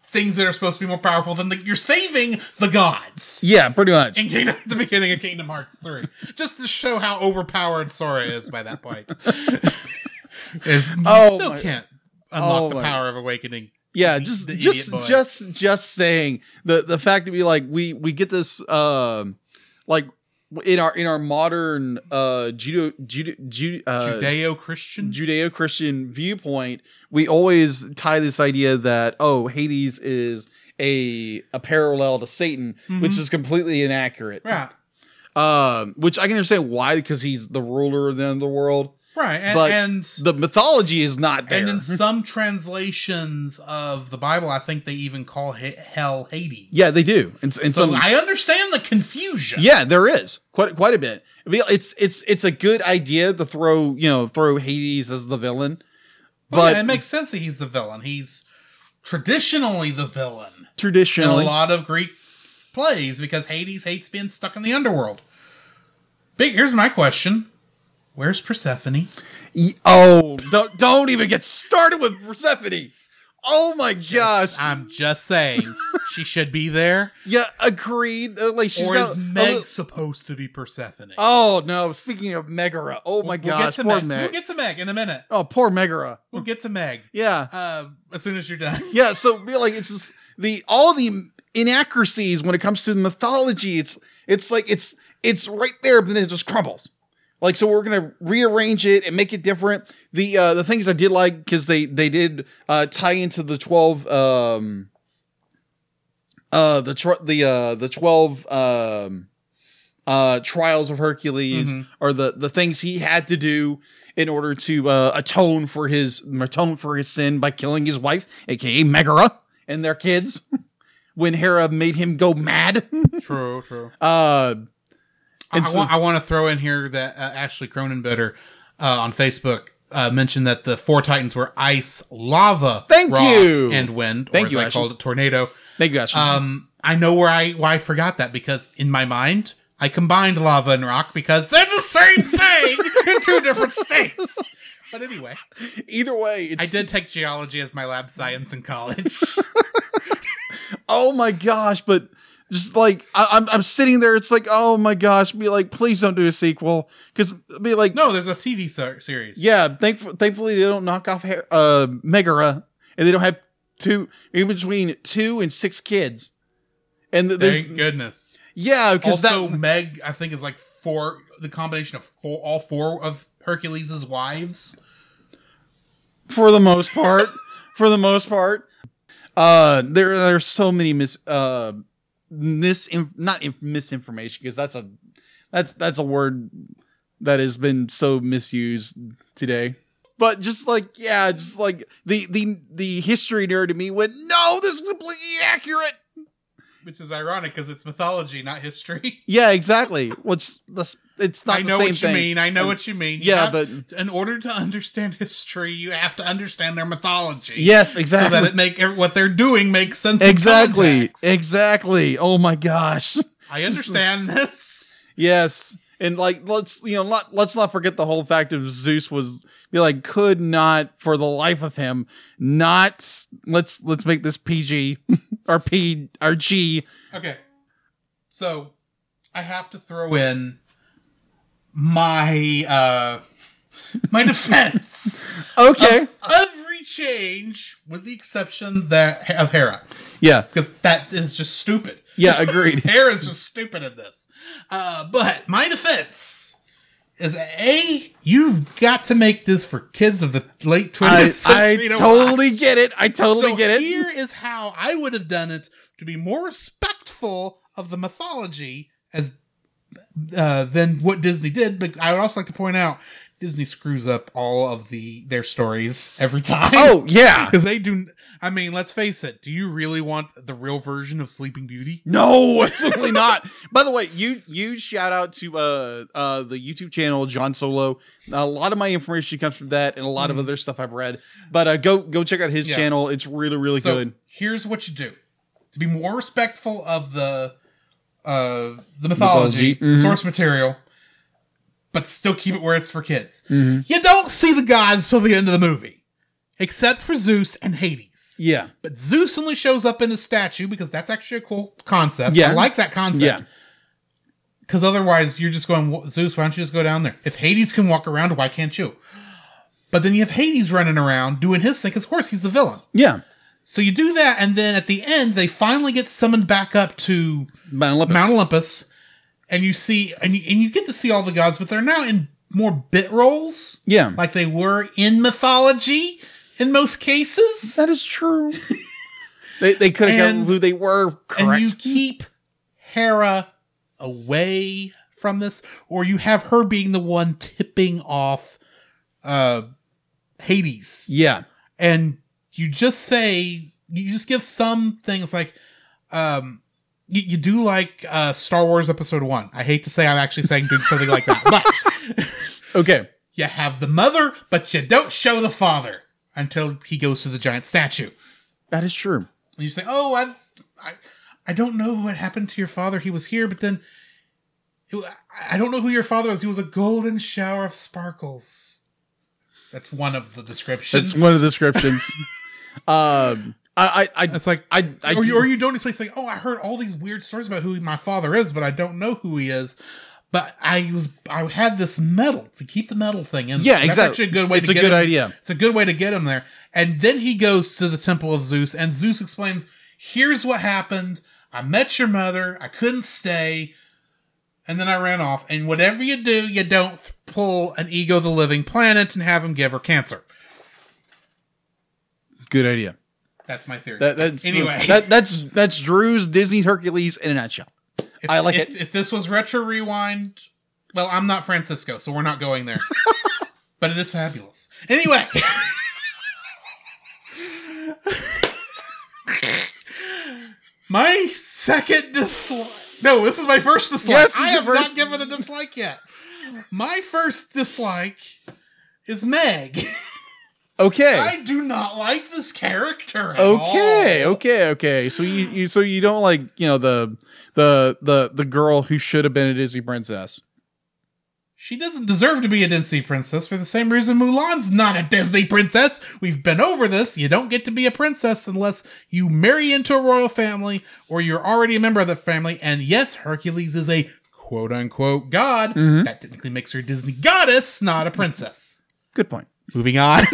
[SPEAKER 1] things that are supposed to be more powerful than the, you're saving the gods.
[SPEAKER 2] Yeah, pretty much.
[SPEAKER 1] In Kingdom, [laughs] at the beginning of Kingdom Hearts three, just to show how overpowered Sora is by that point, is you
[SPEAKER 2] Oh
[SPEAKER 1] still
[SPEAKER 2] my-
[SPEAKER 1] can't unlock
[SPEAKER 2] oh
[SPEAKER 1] the
[SPEAKER 2] my-
[SPEAKER 1] power of awakening
[SPEAKER 2] yeah
[SPEAKER 1] the-
[SPEAKER 2] just
[SPEAKER 1] the idiot
[SPEAKER 2] just
[SPEAKER 1] boy.
[SPEAKER 2] just just saying the the fact that we like we we get this um like in our in our modern uh judo judo, judo uh,
[SPEAKER 1] Judeo-Christian.
[SPEAKER 2] judeo-christian viewpoint we always tie this idea that oh hades is a a parallel to satan which
[SPEAKER 1] Mhm.
[SPEAKER 2] is completely inaccurate
[SPEAKER 1] right.
[SPEAKER 2] um which i can understand why because he's the ruler of the underworld
[SPEAKER 1] Right, and
[SPEAKER 2] But
[SPEAKER 1] and,
[SPEAKER 2] the mythology is not there
[SPEAKER 1] and in some translations of the Bible, I think they even call he- hell Hades.
[SPEAKER 2] yeah they do and, and
[SPEAKER 1] so
[SPEAKER 2] some
[SPEAKER 1] I understand the confusion.
[SPEAKER 2] Yeah, there is quite quite a bit. I mean, It's it's it's a good idea to throw you know throw Hades as the villain,
[SPEAKER 1] Well, yeah,
[SPEAKER 2] but
[SPEAKER 1] it makes sense that he's the villain. He's traditionally the villain in a
[SPEAKER 2] traditionally,
[SPEAKER 1] lot of Greek plays because Hades hates being stuck in the underworld. Big. Here's my question: Where's Persephone?
[SPEAKER 2] Ye- Oh, don't don't even get started with Persephone. Oh my gosh.
[SPEAKER 1] I'm just
[SPEAKER 2] [laughs]
[SPEAKER 1] saying she should be there.
[SPEAKER 2] Yeah, agreed. Uh, like she's
[SPEAKER 1] or
[SPEAKER 2] not,
[SPEAKER 1] is
[SPEAKER 2] a
[SPEAKER 1] Meg
[SPEAKER 2] little-
[SPEAKER 1] supposed to be Persephone?
[SPEAKER 2] oh no! Speaking of Megara, oh my
[SPEAKER 1] We'll- we'll
[SPEAKER 2] gosh,
[SPEAKER 1] get to
[SPEAKER 2] poor
[SPEAKER 1] Meg.
[SPEAKER 2] Meg.
[SPEAKER 1] We'll get to Meg in a minute.
[SPEAKER 2] oh, poor Megara.
[SPEAKER 1] We'll get to Meg
[SPEAKER 2] Yeah,
[SPEAKER 1] uh, as soon as you're done.
[SPEAKER 2] [laughs] yeah. So yeah, like it's just the all the inaccuracies when it comes to mythology. It's it's like it's it's right there, but then it just crumbles. Like so, we're gonna rearrange it and make it different. The uh, the things I did like because they they did uh, tie into the twelve um, uh, the tr- the uh, the twelve um, uh, trials of Hercules
[SPEAKER 1] Mhm.
[SPEAKER 2] or the the things he had to do in order to uh, atone for his atone for his sin by killing his wife, aka Megara, and their kids [laughs] when Hera made him go mad. [laughs]
[SPEAKER 1] True, true.
[SPEAKER 2] Uh,
[SPEAKER 1] I,
[SPEAKER 2] And so-
[SPEAKER 1] wa- I want to throw in here that uh, Ashley Cronenbetter uh, on Facebook uh, mentioned that the four titans were ice, lava,
[SPEAKER 2] Thank
[SPEAKER 1] rock,
[SPEAKER 2] you.
[SPEAKER 1] and wind. Or
[SPEAKER 2] Thank
[SPEAKER 1] as
[SPEAKER 2] you,
[SPEAKER 1] I
[SPEAKER 2] Ashley.
[SPEAKER 1] called it tornado.
[SPEAKER 2] thank you, Ashley.
[SPEAKER 1] Um, I know where I why I forgot that because in my mind I combined lava and rock because they're the same
[SPEAKER 2] [laughs]
[SPEAKER 1] thing in two different states. But anyway,
[SPEAKER 2] Either way, it's,
[SPEAKER 1] I did take geology as my lab science in college.
[SPEAKER 2] [laughs] Oh my gosh! But just like I, I'm, I'm sitting there, it's like, oh my gosh! Be like, please don't do a sequel, because be like,
[SPEAKER 1] no, there's a TV ser- series.
[SPEAKER 2] Yeah, thankf- thankfully they don't knock off Her- uh, Megara, and they don't have two in between two and six kids. And th- there's
[SPEAKER 1] thank goodness.
[SPEAKER 2] yeah, because
[SPEAKER 1] Also,
[SPEAKER 2] that
[SPEAKER 1] Meg, I think, is like four. The combination of four, all four of Hercules' wives.
[SPEAKER 2] for the most part, for the most part, uh, there there are so many mis uh mis not inf- misinformation because that's a that's that's a word that has been so misused today. But just like yeah, just like the the the history nerd in me went no, this is completely accurate.
[SPEAKER 1] Which is ironic because it's mythology, not history.
[SPEAKER 2] Yeah, exactly. Which that's it's not
[SPEAKER 1] I
[SPEAKER 2] the
[SPEAKER 1] know
[SPEAKER 2] same
[SPEAKER 1] what you
[SPEAKER 2] thing.
[SPEAKER 1] mean. I know what you mean. You
[SPEAKER 2] Yeah,
[SPEAKER 1] have-
[SPEAKER 2] but
[SPEAKER 1] in order to understand history, you have to understand their mythology.
[SPEAKER 2] yes,
[SPEAKER 1] so
[SPEAKER 2] exactly.
[SPEAKER 1] that it make ev- what they're doing make sense. in
[SPEAKER 2] exactly.
[SPEAKER 1] context.
[SPEAKER 2] Exactly. Oh my gosh.
[SPEAKER 1] I understand this.
[SPEAKER 2] Yes. And like let's you know not, let's not forget the whole fact of Zeus was be like could not for the life of him not let's let's make this [laughs] PG or P or G.
[SPEAKER 1] Okay, so I have to throw in my uh my defense.
[SPEAKER 2] Okay.
[SPEAKER 1] Every change, with the exception that of Hera,
[SPEAKER 2] yeah.
[SPEAKER 1] because that is just stupid.
[SPEAKER 2] Yeah, agreed.
[SPEAKER 1] Hera is just stupid in this. Uh, but my defense is a you've got to make this for kids of the late 20th
[SPEAKER 2] [laughs] [laughs] I,
[SPEAKER 1] century.
[SPEAKER 2] I
[SPEAKER 1] to watch.
[SPEAKER 2] totally get it. I totally
[SPEAKER 1] So
[SPEAKER 2] get it.
[SPEAKER 1] Here is how I would have done it to be more respectful of the mythology as uh, than what Disney did. But I would also like to point out Disney screws up all of the their stories every time. [laughs]
[SPEAKER 2] oh yeah.
[SPEAKER 1] because they do. I mean, let's face it. Do you really want the real version of Sleeping Beauty?
[SPEAKER 2] No, [laughs] absolutely not. By the way, you you shout out to uh uh the YouTube channel John Solo. A lot of my information comes from that, and a lot of other stuff I've read. But uh, go go check out his
[SPEAKER 1] Mm-hmm. Yeah.
[SPEAKER 2] channel. It's really really
[SPEAKER 1] so
[SPEAKER 2] good.
[SPEAKER 1] here's what you do to be more respectful of the uh, the mythology,
[SPEAKER 2] Mythology,
[SPEAKER 1] the
[SPEAKER 2] mhm.
[SPEAKER 1] source material, but still keep it where it's for kids.
[SPEAKER 2] Mm-hmm.
[SPEAKER 1] You don't see the gods till the end of the movie, except for Zeus and Hades.
[SPEAKER 2] Yeah,
[SPEAKER 1] But Zeus only shows up in a statue because that's actually a cool concept. I
[SPEAKER 2] Yeah.
[SPEAKER 1] like that concept.
[SPEAKER 2] Yeah.
[SPEAKER 1] Because otherwise, you're just going, "Wha- Zeus, why don't you just go down there? If Hades can walk around, why can't you? But then you have Hades running around doing his thing 'cause of course, he's the villain.
[SPEAKER 2] yeah.
[SPEAKER 1] So you do that, and then at the end, they finally get summoned back up to
[SPEAKER 2] Mount Olympus.
[SPEAKER 1] Mount Olympus, and you see, and you, and you get to see all the gods, but they're now in more bit roles,
[SPEAKER 2] yeah,
[SPEAKER 1] like they were in mythology in most cases.
[SPEAKER 2] that is
[SPEAKER 1] [laughs]
[SPEAKER 2] true. they they could have
[SPEAKER 1] And-
[SPEAKER 2] got who they were. Correct.
[SPEAKER 1] And you keep Hera away from this, or you have her being the one tipping off uh, Hades.
[SPEAKER 2] yeah,
[SPEAKER 1] and you just say you just give some things like um you, you do like uh star wars episode one i hate to say i'm actually saying doing something like that
[SPEAKER 2] [laughs]
[SPEAKER 1] but
[SPEAKER 2] okay.
[SPEAKER 1] you have the mother but you don't show the father until he goes to the giant statue
[SPEAKER 2] That is true.
[SPEAKER 1] and you say oh i i, I don't know what happened to your father he was here but then He wa- I- I don't know who your father was. He was a golden shower of sparkles. That's one of the descriptions.
[SPEAKER 2] That's one of
[SPEAKER 1] [laughs]
[SPEAKER 2] the descriptions. um, I, I, I,
[SPEAKER 1] It's like
[SPEAKER 2] I, I
[SPEAKER 1] or, you, or you don't explain it's like, oh, I heard all these weird stories about who my father is, but I don't know who he is. But I was I had this medal to keep the medal thing in.
[SPEAKER 2] yeah,
[SPEAKER 1] That's
[SPEAKER 2] exactly.
[SPEAKER 1] Actually, a good way
[SPEAKER 2] it's
[SPEAKER 1] to
[SPEAKER 2] a
[SPEAKER 1] get
[SPEAKER 2] good
[SPEAKER 1] him-
[SPEAKER 2] idea.
[SPEAKER 1] It's a good way to get him there. And then he goes to the temple of Zeus, and Zeus explains, "Here's what happened. I met your mother. I couldn't stay, and then I ran off. And whatever you do, you don't th- pull an ego the living planet and have him give her cancer."
[SPEAKER 2] Good idea.
[SPEAKER 1] That's my theory.
[SPEAKER 2] That, that's
[SPEAKER 1] Anyway.
[SPEAKER 2] That, that's that's Drew's Disney Hercules in a nutshell.
[SPEAKER 1] If,
[SPEAKER 2] I like
[SPEAKER 1] if, If this was retro rewind, well, I'm not Francisco, so we're not going
[SPEAKER 2] [laughs]
[SPEAKER 1] there. but it is fabulous. Anyway. my second dislike. No, this is my first dislike.
[SPEAKER 2] Yes,
[SPEAKER 1] I
[SPEAKER 2] it's your
[SPEAKER 1] have
[SPEAKER 2] first-
[SPEAKER 1] not given a dislike yet. My first dislike is Meg.
[SPEAKER 2] Okay.
[SPEAKER 1] I do not like this character. At
[SPEAKER 2] okay.
[SPEAKER 1] all.
[SPEAKER 2] Okay. Okay. So you, you so you don't like you know the the the the girl who should have been a Disney princess.
[SPEAKER 1] She doesn't deserve to be a Disney princess for the same reason Mulan's not a Disney princess. We've been over this. You don't get to be a princess unless you marry into a royal family or you're already a member of the family. And yes, Hercules is a quote unquote god.
[SPEAKER 2] Mhm.
[SPEAKER 1] That technically makes her Disney goddess, not a princess.
[SPEAKER 2] Good point.
[SPEAKER 1] Moving on.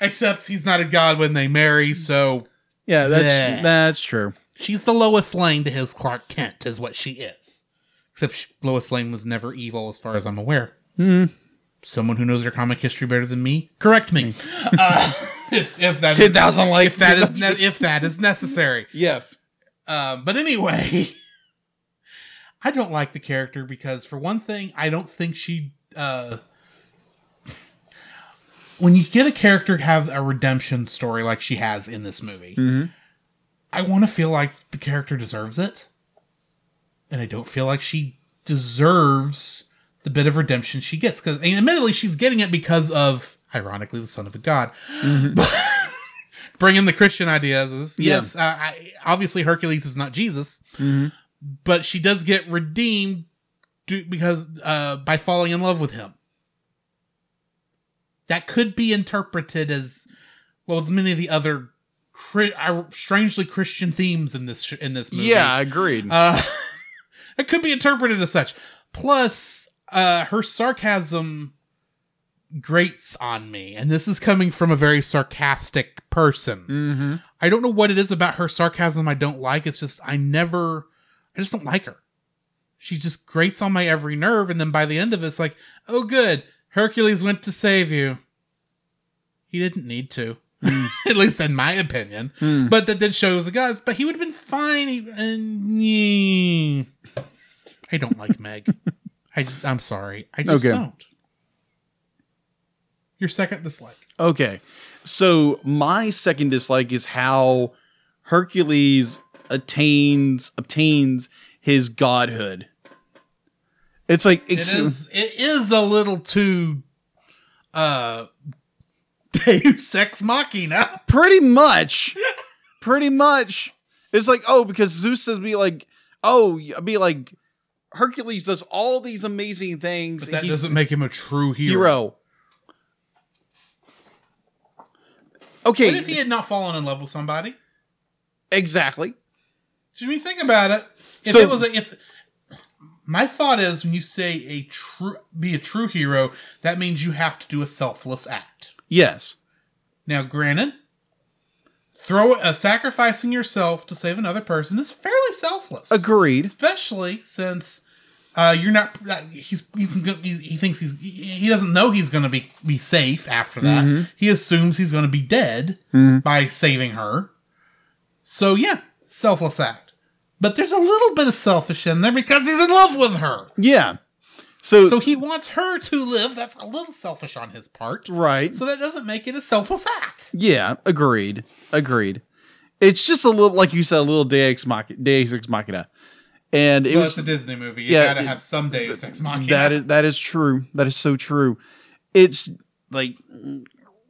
[SPEAKER 1] Except he's not a god when they marry, so
[SPEAKER 2] [laughs] Yeah, that's
[SPEAKER 1] Bleh.
[SPEAKER 2] that's true.
[SPEAKER 1] she's the Lois Lane to his Clark Kent, is what she is. Except she, Lois Lane was never evil, as far as I'm aware.
[SPEAKER 2] Hmm.
[SPEAKER 1] someone who knows their comic history better than me, correct me. uh, [laughs] if, if that is-
[SPEAKER 2] 10,000 likes.
[SPEAKER 1] if that is ne- if that is necessary.
[SPEAKER 2] [laughs] Yes.
[SPEAKER 1] Um, but anyway, [laughs] I don't like the character because, for one thing, I don't think she. Uh, when you get a character to have a redemption story like she has in this movie,
[SPEAKER 2] Mhm.
[SPEAKER 1] I want to feel like the character deserves it, and I don't feel like she deserves the bit of redemption she gets. Because, admittedly, she's getting it because of, ironically, the son of a god.
[SPEAKER 2] Mm-hmm.
[SPEAKER 1] Bring in the Christian ideas. is-
[SPEAKER 2] Yeah.
[SPEAKER 1] Yes, I, I, obviously Hercules is not Jesus,
[SPEAKER 2] Mm-hmm.
[SPEAKER 1] [laughs] but she does get redeemed do, because uh, by falling in love with him. That could be interpreted as well. with Many of the other cri- uh, strangely Christian themes in this sh- in this movie.
[SPEAKER 2] Yeah, agreed.
[SPEAKER 1] Uh, [laughs] it could be interpreted as such. Plus, uh, her sarcasm grates on me, and this is coming from a very sarcastic person.
[SPEAKER 2] mm-hmm.
[SPEAKER 1] I don't know what it is about her sarcasm I don't like. It's just I never, I just don't like her. She just grates on my every nerve, and then by the end of it, it's like, oh, good, Hercules went to save you. He didn't need to, [laughs] at least in my opinion.
[SPEAKER 2] Mm-hmm.
[SPEAKER 1] But that did show he was a god. But he would have been fine. He, and, yeah. I don't like Meg. I, I'm sorry. I just
[SPEAKER 2] Okay.
[SPEAKER 1] don't. Your second dislike.
[SPEAKER 2] Okay. So my second dislike is how Hercules attains obtains his godhood. It's like
[SPEAKER 1] it
[SPEAKER 2] ex-
[SPEAKER 1] is it is a little too uh Deus Ex Machina.
[SPEAKER 2] pretty much, pretty much. It's like oh, because Zeus says be like oh, y- be like Hercules does all these amazing things.
[SPEAKER 1] But
[SPEAKER 2] and
[SPEAKER 1] that
[SPEAKER 2] he's-
[SPEAKER 1] doesn't make him a true hero.
[SPEAKER 2] hero.
[SPEAKER 1] What if he
[SPEAKER 2] Okay,
[SPEAKER 1] had not fallen in love with somebody?
[SPEAKER 2] exactly.
[SPEAKER 1] So when you think about it, if
[SPEAKER 2] So-
[SPEAKER 1] it was a, if my thought is when you say a true be a true hero, that means you have to do a selfless act.
[SPEAKER 2] Yes.
[SPEAKER 1] Now, granted, throw uh, sacrificing yourself to save another person is fairly selfless.
[SPEAKER 2] Agreed.
[SPEAKER 1] especially since uh, you're not. uh, He's, he's, go- he's he thinks he's he he doesn't know he's going to be be safe after that.
[SPEAKER 2] Mm-hmm.
[SPEAKER 1] He assumes he's going to be dead by saving her. So yeah, selfless act. But there's a little bit of selfish in there because he's in love with her.
[SPEAKER 2] Yeah. So,
[SPEAKER 1] So he wants her to live. That's a little selfish on his part.
[SPEAKER 2] right.
[SPEAKER 1] So that doesn't make it a selfless act.
[SPEAKER 2] yeah. Agreed. Agreed. It's just a little like you said, a little Deus Machina. Deus Ex Machina. And it
[SPEAKER 1] Well,
[SPEAKER 2] was
[SPEAKER 1] it's a Disney movie. You
[SPEAKER 2] yeah,
[SPEAKER 1] gotta
[SPEAKER 2] it-
[SPEAKER 1] have some Deus Ex Machina.
[SPEAKER 2] that is that is true. That is so true. It's like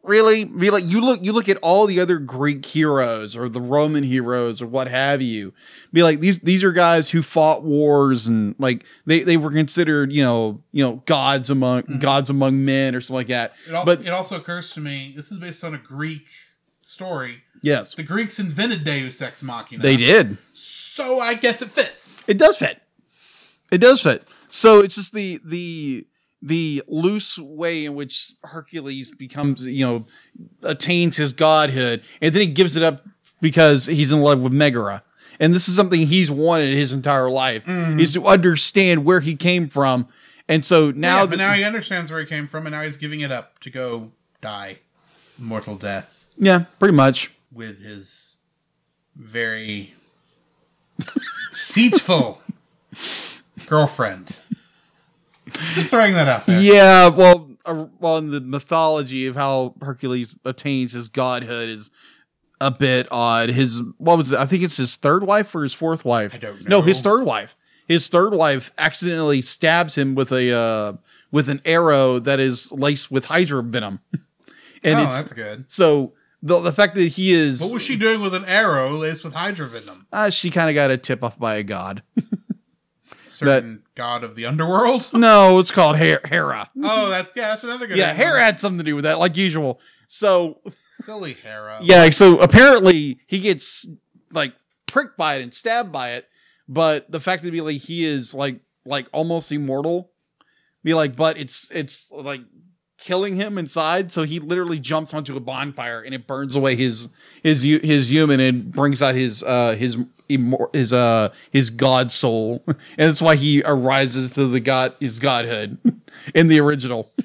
[SPEAKER 2] really be like you look you look at all the other greek heroes or the roman heroes or what have you be like these these are guys who fought wars and like they they were considered you know you know gods among
[SPEAKER 1] Mm-hmm.
[SPEAKER 2] gods among men or something like that
[SPEAKER 1] It also,
[SPEAKER 2] But-
[SPEAKER 1] it also occurs to me this is based on a Greek story.
[SPEAKER 2] yes
[SPEAKER 1] The Greeks invented Deus Ex Machina.
[SPEAKER 2] they did
[SPEAKER 1] So I guess it fits.
[SPEAKER 2] It does fit. It does fit. So it's just the the the loose way in which Hercules becomes, you know, attains his godhood, and then he gives it up because he's in love with Megara. And this is something he's wanted his entire life
[SPEAKER 1] Mm-hmm.
[SPEAKER 2] is to understand where he came from. And so now
[SPEAKER 1] yeah,
[SPEAKER 2] that
[SPEAKER 1] but now he understands where he came from, and now he's giving it up to go die mortal death
[SPEAKER 2] yeah, pretty much.
[SPEAKER 1] with his
[SPEAKER 2] [laughs]
[SPEAKER 1] very deceitful girlfriend. Just throwing that out there.
[SPEAKER 2] Yeah, well, uh, well, in the mythology of how Hercules attains his godhood is a bit odd. His what was it? I think it's his third wife or his fourth wife. I
[SPEAKER 1] don't
[SPEAKER 2] No, his
[SPEAKER 1] know.
[SPEAKER 2] third wife. His third wife accidentally stabs him with a uh, with an arrow that is laced with Hydra venom, [laughs] and
[SPEAKER 1] oh,
[SPEAKER 2] it's
[SPEAKER 1] that's good.
[SPEAKER 2] so the the fact that he is
[SPEAKER 1] What was she doing with an arrow laced with Hydra venom?
[SPEAKER 2] uh, she kind of got a tip off by a god.
[SPEAKER 1] Certain god of the
[SPEAKER 2] [laughs]
[SPEAKER 1] underworld?
[SPEAKER 2] no, it's called Her- Hera.
[SPEAKER 1] Oh, that's yeah, that's another good.
[SPEAKER 2] Yeah,
[SPEAKER 1] one.
[SPEAKER 2] Hera had something to do with that, like usual. So
[SPEAKER 1] Silly Hera.
[SPEAKER 2] Yeah, like, so apparently he gets like pricked by it and stabbed by it, but the fact that be like he is like like almost immortal, be like, but it's it's like killing him inside, so he literally jumps onto a bonfire and it burns away his his hu- his human and brings out his uh his immor- his uh his god soul, [laughs] and that's why he arises to the god his godhood [laughs] in the original. [laughs]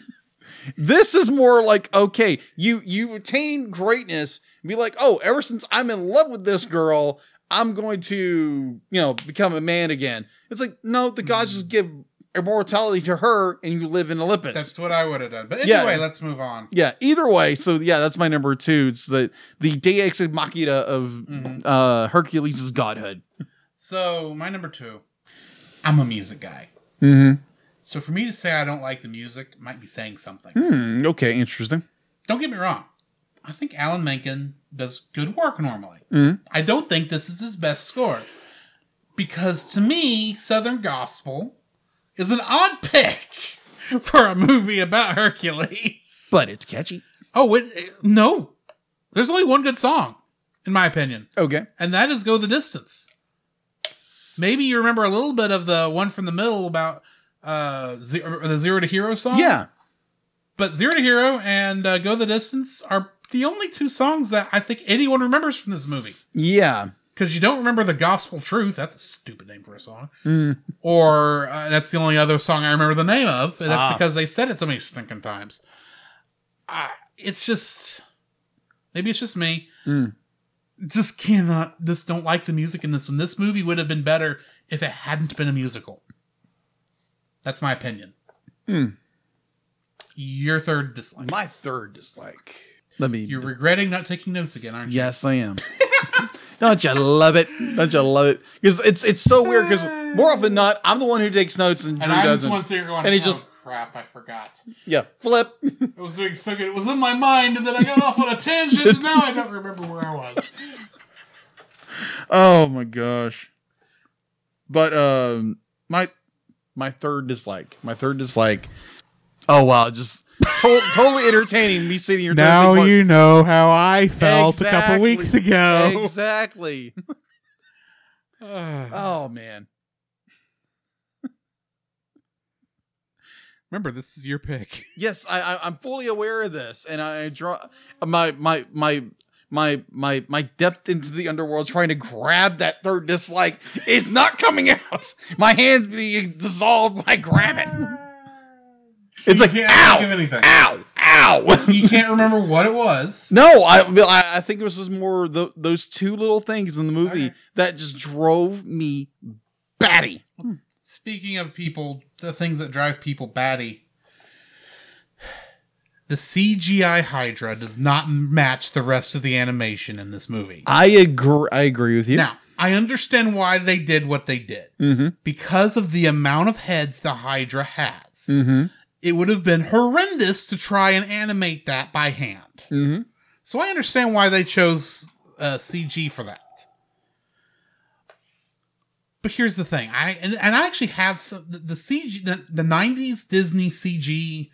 [SPEAKER 2] This is more like okay, you you attain greatness. Be like, oh, ever since I'm in love with this girl, I'm going to you know become a man again. It's like no, the gods just give immortality to her, and you live in Olympus.
[SPEAKER 1] That's what I would have done. But
[SPEAKER 2] Yeah.
[SPEAKER 1] anyway, let's move on.
[SPEAKER 2] yeah. Either way, so yeah, that's my number two. It's the the Deus Ex Machina of
[SPEAKER 1] Mhm.
[SPEAKER 2] uh, Hercules' godhood.
[SPEAKER 1] So my number two, I'm a music guy.
[SPEAKER 2] Mm-hmm.
[SPEAKER 1] So for me to say I don't like the music might be saying something.
[SPEAKER 2] Hmm, okay, interesting.
[SPEAKER 1] Don't get me wrong. I think Alan Menken does good work normally.
[SPEAKER 2] Mhm.
[SPEAKER 1] I don't think this is his best score. Because to me, Southern Gospel is an odd pick [laughs] for a movie about Hercules.
[SPEAKER 2] But it's catchy.
[SPEAKER 1] Oh, it, it- no. There's only one good song, in my opinion,
[SPEAKER 2] Okay.
[SPEAKER 1] and that is Go the Distance. Maybe you remember a little bit of the one from the middle about uh, ze- or the Zero to Hero song.
[SPEAKER 2] Yeah.
[SPEAKER 1] But Zero to Hero and uh, Go the Distance are the only two songs that I think anyone remembers from this movie.
[SPEAKER 2] Yeah.
[SPEAKER 1] Because you don't remember the Gospel Truth. That's a stupid name for a song.
[SPEAKER 2] Mm.
[SPEAKER 1] Or uh, that's the only other song I remember the name of. And that's
[SPEAKER 2] Ah.
[SPEAKER 1] because they said it so many stinking times. I, it's just. Maybe it's just me.
[SPEAKER 2] Mm.
[SPEAKER 1] Just cannot. Just don't like the music in this one. This movie would have been better if it hadn't been a musical. That's my opinion.
[SPEAKER 2] Hmm.
[SPEAKER 1] Your third dislike.
[SPEAKER 2] My third dislike. Let me.
[SPEAKER 1] You're regretting not taking notes again, aren't you?
[SPEAKER 2] Yes, I [laughs] am. Don't you love it? Don't you love it? Because it's it's so weird. Because more often than not, I'm the one who takes notes and Drew
[SPEAKER 1] And I'm just
[SPEAKER 2] doesn't.
[SPEAKER 1] one sitting going,
[SPEAKER 2] And he
[SPEAKER 1] oh,
[SPEAKER 2] just-
[SPEAKER 1] crap, I forgot.
[SPEAKER 2] Yeah, flip.
[SPEAKER 1] I was doing so good. It was in my mind, and then I got off on a tangent, and now I don't remember where I
[SPEAKER 2] [laughs]
[SPEAKER 1] was.
[SPEAKER 2] Oh my gosh. But um, my my third dislike. My third dislike. Oh wow, just to- totally entertaining. Me sitting here. totally-
[SPEAKER 1] know how I
[SPEAKER 2] Exactly.
[SPEAKER 1] ago.
[SPEAKER 2] exactly. Oh man.
[SPEAKER 1] [sighs] Remember, this is your pick.
[SPEAKER 2] Yes, I, I I'm fully aware of this, and I draw my my my my my my depth into the underworld trying to grab that third dislike is not coming out. My hands being dissolved when I grab it. [laughs] It's like
[SPEAKER 1] can't think of
[SPEAKER 2] ow,
[SPEAKER 1] anything.
[SPEAKER 2] ow, ow. [laughs]
[SPEAKER 1] You can't remember what it [laughs] was.
[SPEAKER 2] No, I I- I think it was just more the, those two little things in the movie
[SPEAKER 1] Okay.
[SPEAKER 2] that just drove me batty.
[SPEAKER 1] Speaking of people, the things that drive people batty. The CGI Hydra does not match the rest of the animation in this movie.
[SPEAKER 2] I agree. I agree with you.
[SPEAKER 1] Now, I understand why they did what they did
[SPEAKER 2] Mm-hmm.
[SPEAKER 1] because of the amount of heads the Hydra has.
[SPEAKER 2] Mm-hmm.
[SPEAKER 1] it would have been horrendous to try and animate that by hand.
[SPEAKER 2] Mm-hmm.
[SPEAKER 1] So I understand why they chose uh, CG for that. But here's the thing, I and, and I actually have some the, the CG the, the '90s Disney CG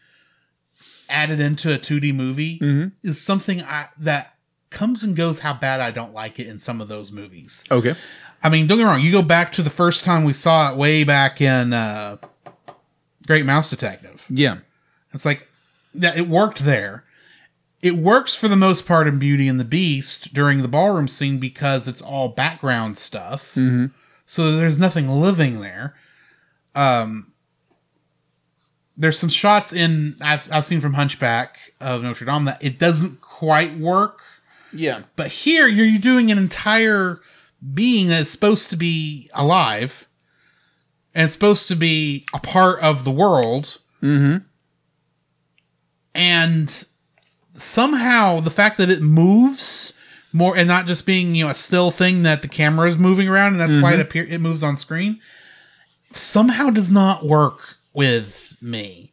[SPEAKER 1] added into a 2D movie
[SPEAKER 2] Mm-hmm.
[SPEAKER 1] is something I, that comes and goes. How bad I don't like it in some of those movies.
[SPEAKER 2] Okay.
[SPEAKER 1] I mean, don't get me wrong. You go back to the first time we saw it way back in uh, Great Mouse Detective.
[SPEAKER 2] Yeah.
[SPEAKER 1] It's like that it worked there. It works for the most part in Beauty and the Beast during the ballroom scene because it's all background stuff.
[SPEAKER 2] Mm-hmm.
[SPEAKER 1] So there's nothing living there. Um, there's some shots in I've, I've seen from Hunchback of Notre Dame that it doesn't quite work.
[SPEAKER 2] Yeah.
[SPEAKER 1] But here you're doing an entire being that's supposed to be alive and it's supposed to be a part of the world
[SPEAKER 2] Mm-hmm.
[SPEAKER 1] and somehow the fact that it moves more and not just being you know a still thing that the camera is moving around and that's why it appear it moves on screen somehow does not work with me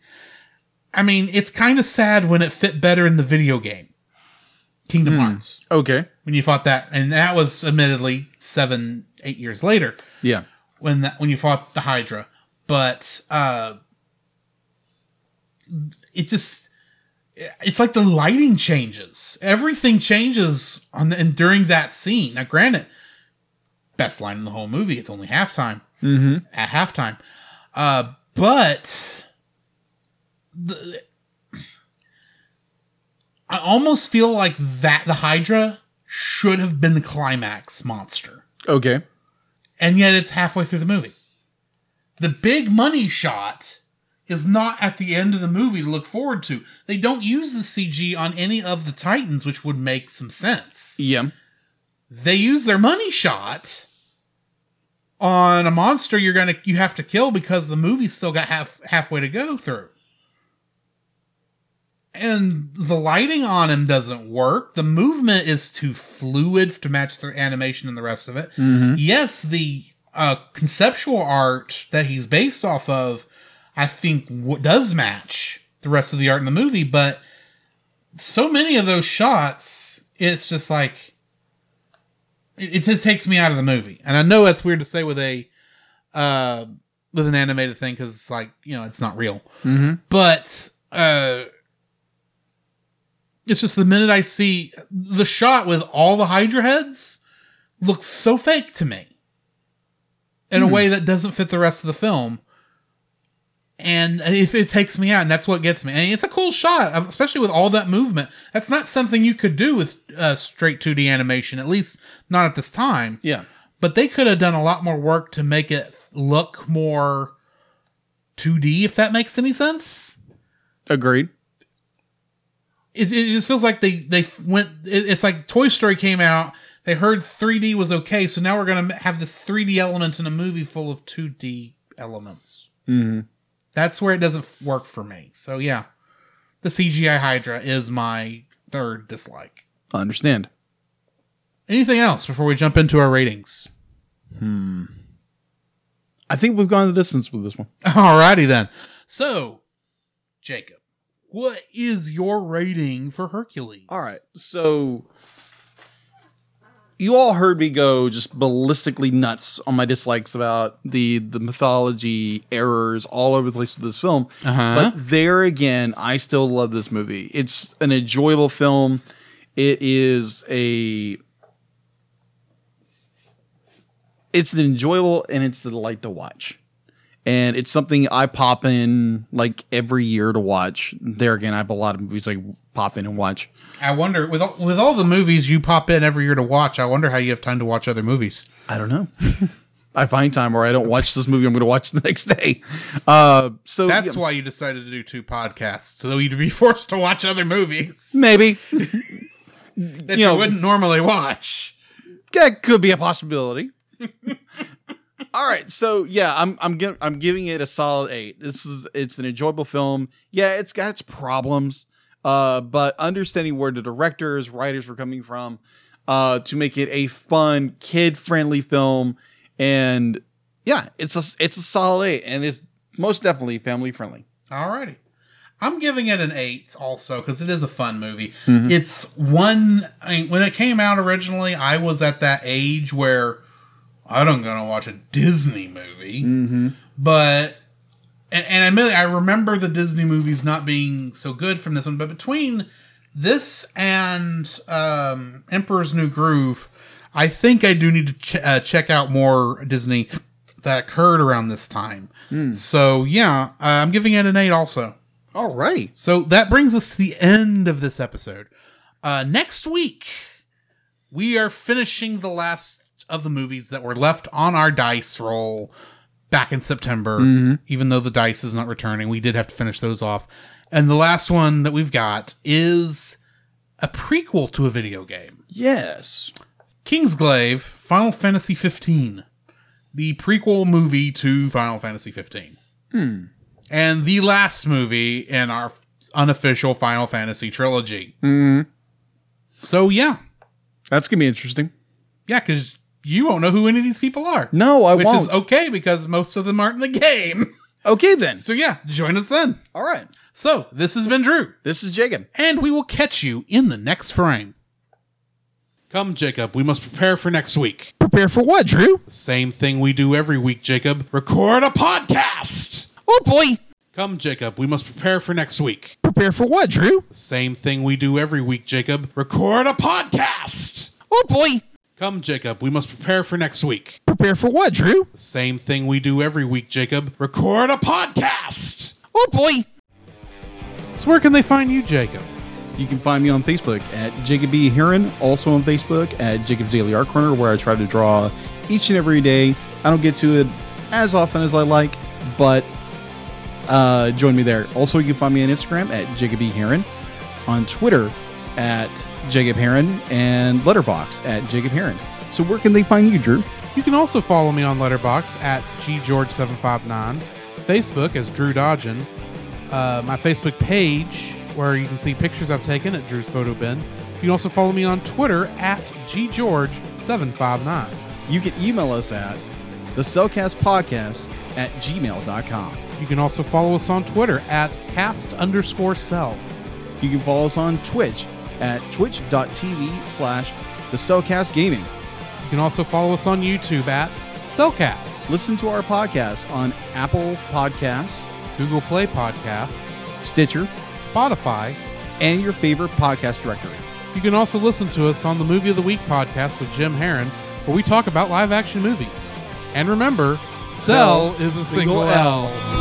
[SPEAKER 1] i mean it's kind of sad when it fit better in the video game kingdom hearts
[SPEAKER 2] Okay.
[SPEAKER 1] when you fought that and that was admittedly seven eight years later
[SPEAKER 2] Yeah.
[SPEAKER 1] when that when you fought the Hydra, but uh, it just it's like the lighting changes. Everything changes on the, and during that scene. Now, granted, best line in the whole movie. It's only halftime
[SPEAKER 2] Mm-hmm.
[SPEAKER 1] at halftime, uh, but the, I almost feel like that the Hydra should have been the climax monster
[SPEAKER 2] Okay.
[SPEAKER 1] and yet it's halfway through the movie. The big money shot is not at the end of the movie to look forward to. They don't use the CG on any of the Titans, which would make some sense.
[SPEAKER 2] Yeah.
[SPEAKER 1] They use their money shot on a monster you're gonna you have to kill because the movie's still got half halfway to go through. And the lighting on him doesn't work. The movement is too fluid to match the animation and the rest of it
[SPEAKER 2] Mm-hmm.
[SPEAKER 1] yes, the uh, conceptual art that he's based off of, I think, w- does match the rest of the art in the movie. But so many of those shots, it's just like it, it just takes me out of the movie. And I know that's weird to say with a uh, with an animated thing because it's like you know it's not real
[SPEAKER 2] Mm-hmm.
[SPEAKER 1] but uh it's just the minute i see the shot with all the hydra heads looks so fake to me in a way that doesn't fit the rest of the film and if it takes me out and that's what gets me and it's a cool shot uh, especially with all that movement that's not something you could do with uh, straight 2d animation at least not at this time
[SPEAKER 2] Yeah.
[SPEAKER 1] but they could have done a lot more work to make it look more 2d if that makes any sense
[SPEAKER 2] Agreed.
[SPEAKER 1] it, it just feels like they they went it, it's like toy story came out they heard 3d was okay so now we're gonna have this 3d element in a movie full of 2d elements
[SPEAKER 2] Mm-hmm.
[SPEAKER 1] that's where it doesn't work for me so yeah the cgi hydra is my third dislike
[SPEAKER 2] I understand.
[SPEAKER 1] anything else before we jump into our ratings [laughs]
[SPEAKER 2] I think we've gone the distance with this one.
[SPEAKER 1] alrighty then so jacob what is your rating for hercules
[SPEAKER 2] All right. So you all heard me go just ballistically nuts on my dislikes about the the mythology errors all over the place with this film.
[SPEAKER 1] uh-huh
[SPEAKER 2] But there again, I still love this movie. It's an enjoyable film. It is a it's enjoyable and it's the delight to watch. And it's something I pop in like every year to watch. There again, I have a lot of movies I pop in and watch.
[SPEAKER 1] i wonder with all, with all the movies you pop in every year to watch i wonder how you have time to watch other movies
[SPEAKER 2] I don't know. [laughs] I find time where I don't watch this movie. I'm going to watch the next day. Uh, so
[SPEAKER 1] That's
[SPEAKER 2] yeah,
[SPEAKER 1] why you decided to do two podcasts, so you'd be [laughs] forced to watch other movies
[SPEAKER 2] maybe
[SPEAKER 1] that
[SPEAKER 2] you
[SPEAKER 1] you,
[SPEAKER 2] know-
[SPEAKER 1] wouldn't normally watch.
[SPEAKER 2] that could be a possibility. [laughs] All right, so yeah, I'm I'm gi- I'm giving it a solid eight. This is it's an enjoyable film. Yeah, it's got its problems, uh, but understanding where the directors, writers were coming from, uh, to make it a fun, kid friendly film, and yeah, it's a it's a solid eight, and it's most definitely family friendly.
[SPEAKER 1] Alrighty. I'm giving it an eight also because it is a fun movie. It's one. I mean, when it came out originally, I was at that age where I don't gonna watch a Disney movie,
[SPEAKER 2] Mm-hmm.
[SPEAKER 1] but and, and admittedly, I remember the Disney movies not being so good from this one. But between this and um, Emperor's New Groove, I think I do need to ch- uh, check out more Disney that occurred around this time. So yeah, uh, I'm giving it an eight also.
[SPEAKER 2] Alrighty.
[SPEAKER 1] So that brings us to the end of this episode. Uh, next week, we are finishing the last of the movies that were left on our dice roll back in September. Even though the dice is not returning, we did have to finish those off. And the last one that we've got is a prequel to a video game.
[SPEAKER 2] Yes.
[SPEAKER 1] Kingsglaive Final Fantasy 15, the prequel movie to Final Fantasy 15.
[SPEAKER 2] Hmm.
[SPEAKER 1] And the last movie in our unofficial Final Fantasy trilogy.
[SPEAKER 2] Mm-hmm.
[SPEAKER 1] So yeah.
[SPEAKER 2] That's gonna be interesting.
[SPEAKER 1] Yeah, cuz you won't know who any of these people are.
[SPEAKER 2] No, I
[SPEAKER 1] which
[SPEAKER 2] won't.
[SPEAKER 1] is okay because most of them aren't in the game. [laughs]
[SPEAKER 2] okay then.
[SPEAKER 1] So yeah, join us then.
[SPEAKER 2] All right.
[SPEAKER 1] So, this has been Drew.
[SPEAKER 2] This is Jacob.
[SPEAKER 1] and we will catch you in the next frame.
[SPEAKER 4] Come, Jacob, we must prepare for next week.
[SPEAKER 3] Prepare for what, Drew?
[SPEAKER 4] The same thing we do every week, Jacob. Record a podcast!
[SPEAKER 3] Oh boy.
[SPEAKER 4] Come, Jacob, we must prepare for next week.
[SPEAKER 3] Prepare for what, Drew?
[SPEAKER 4] The same thing we do every week, Jacob. Record a podcast!
[SPEAKER 3] Oh boy.
[SPEAKER 4] Come, Jacob, we must prepare for next week.
[SPEAKER 3] Prepare for what, Drew?
[SPEAKER 4] The same thing we do every week, Jacob. Record a podcast!
[SPEAKER 3] Oh boy.
[SPEAKER 1] So where can they find you, Jacob?
[SPEAKER 2] You can find me on Facebook at Jacob B. Heron, also on Facebook at Jacob's Daily Art Corner, where I try to draw each and every day. I don't get to it as often as I like, but uh, join me there. Also, you can find me on Instagram at Jacob B. Heron, on Twitter at Jacob Heron, and Letterbox at Jacob Heron. So, where can they find you, Drew?
[SPEAKER 1] You can also follow me on Letterbox at ggeorge759, Facebook as Drew Dodgen, uh, my Facebook page where you can see pictures I've taken at Drew's photo bin. You can also follow me on Twitter at ggeorge759.
[SPEAKER 2] You can email us at the Cellcast Podcast at gmail.com.
[SPEAKER 1] You can also follow us on Twitter at cast underscore cell.
[SPEAKER 2] You can follow us on Twitch at twitch.tv slash the Cellcast Gaming.
[SPEAKER 1] You can also follow us on YouTube at Cellcast,
[SPEAKER 2] Listen to our podcast on Apple Podcasts,
[SPEAKER 1] Google Play Podcasts,
[SPEAKER 2] Stitcher,
[SPEAKER 1] Spotify,
[SPEAKER 2] and your favorite podcast directory.
[SPEAKER 1] You can also listen to us on the Movie of the Week podcast with Jim Heron, where we talk about live action movies. And remember, Cell is a single, L.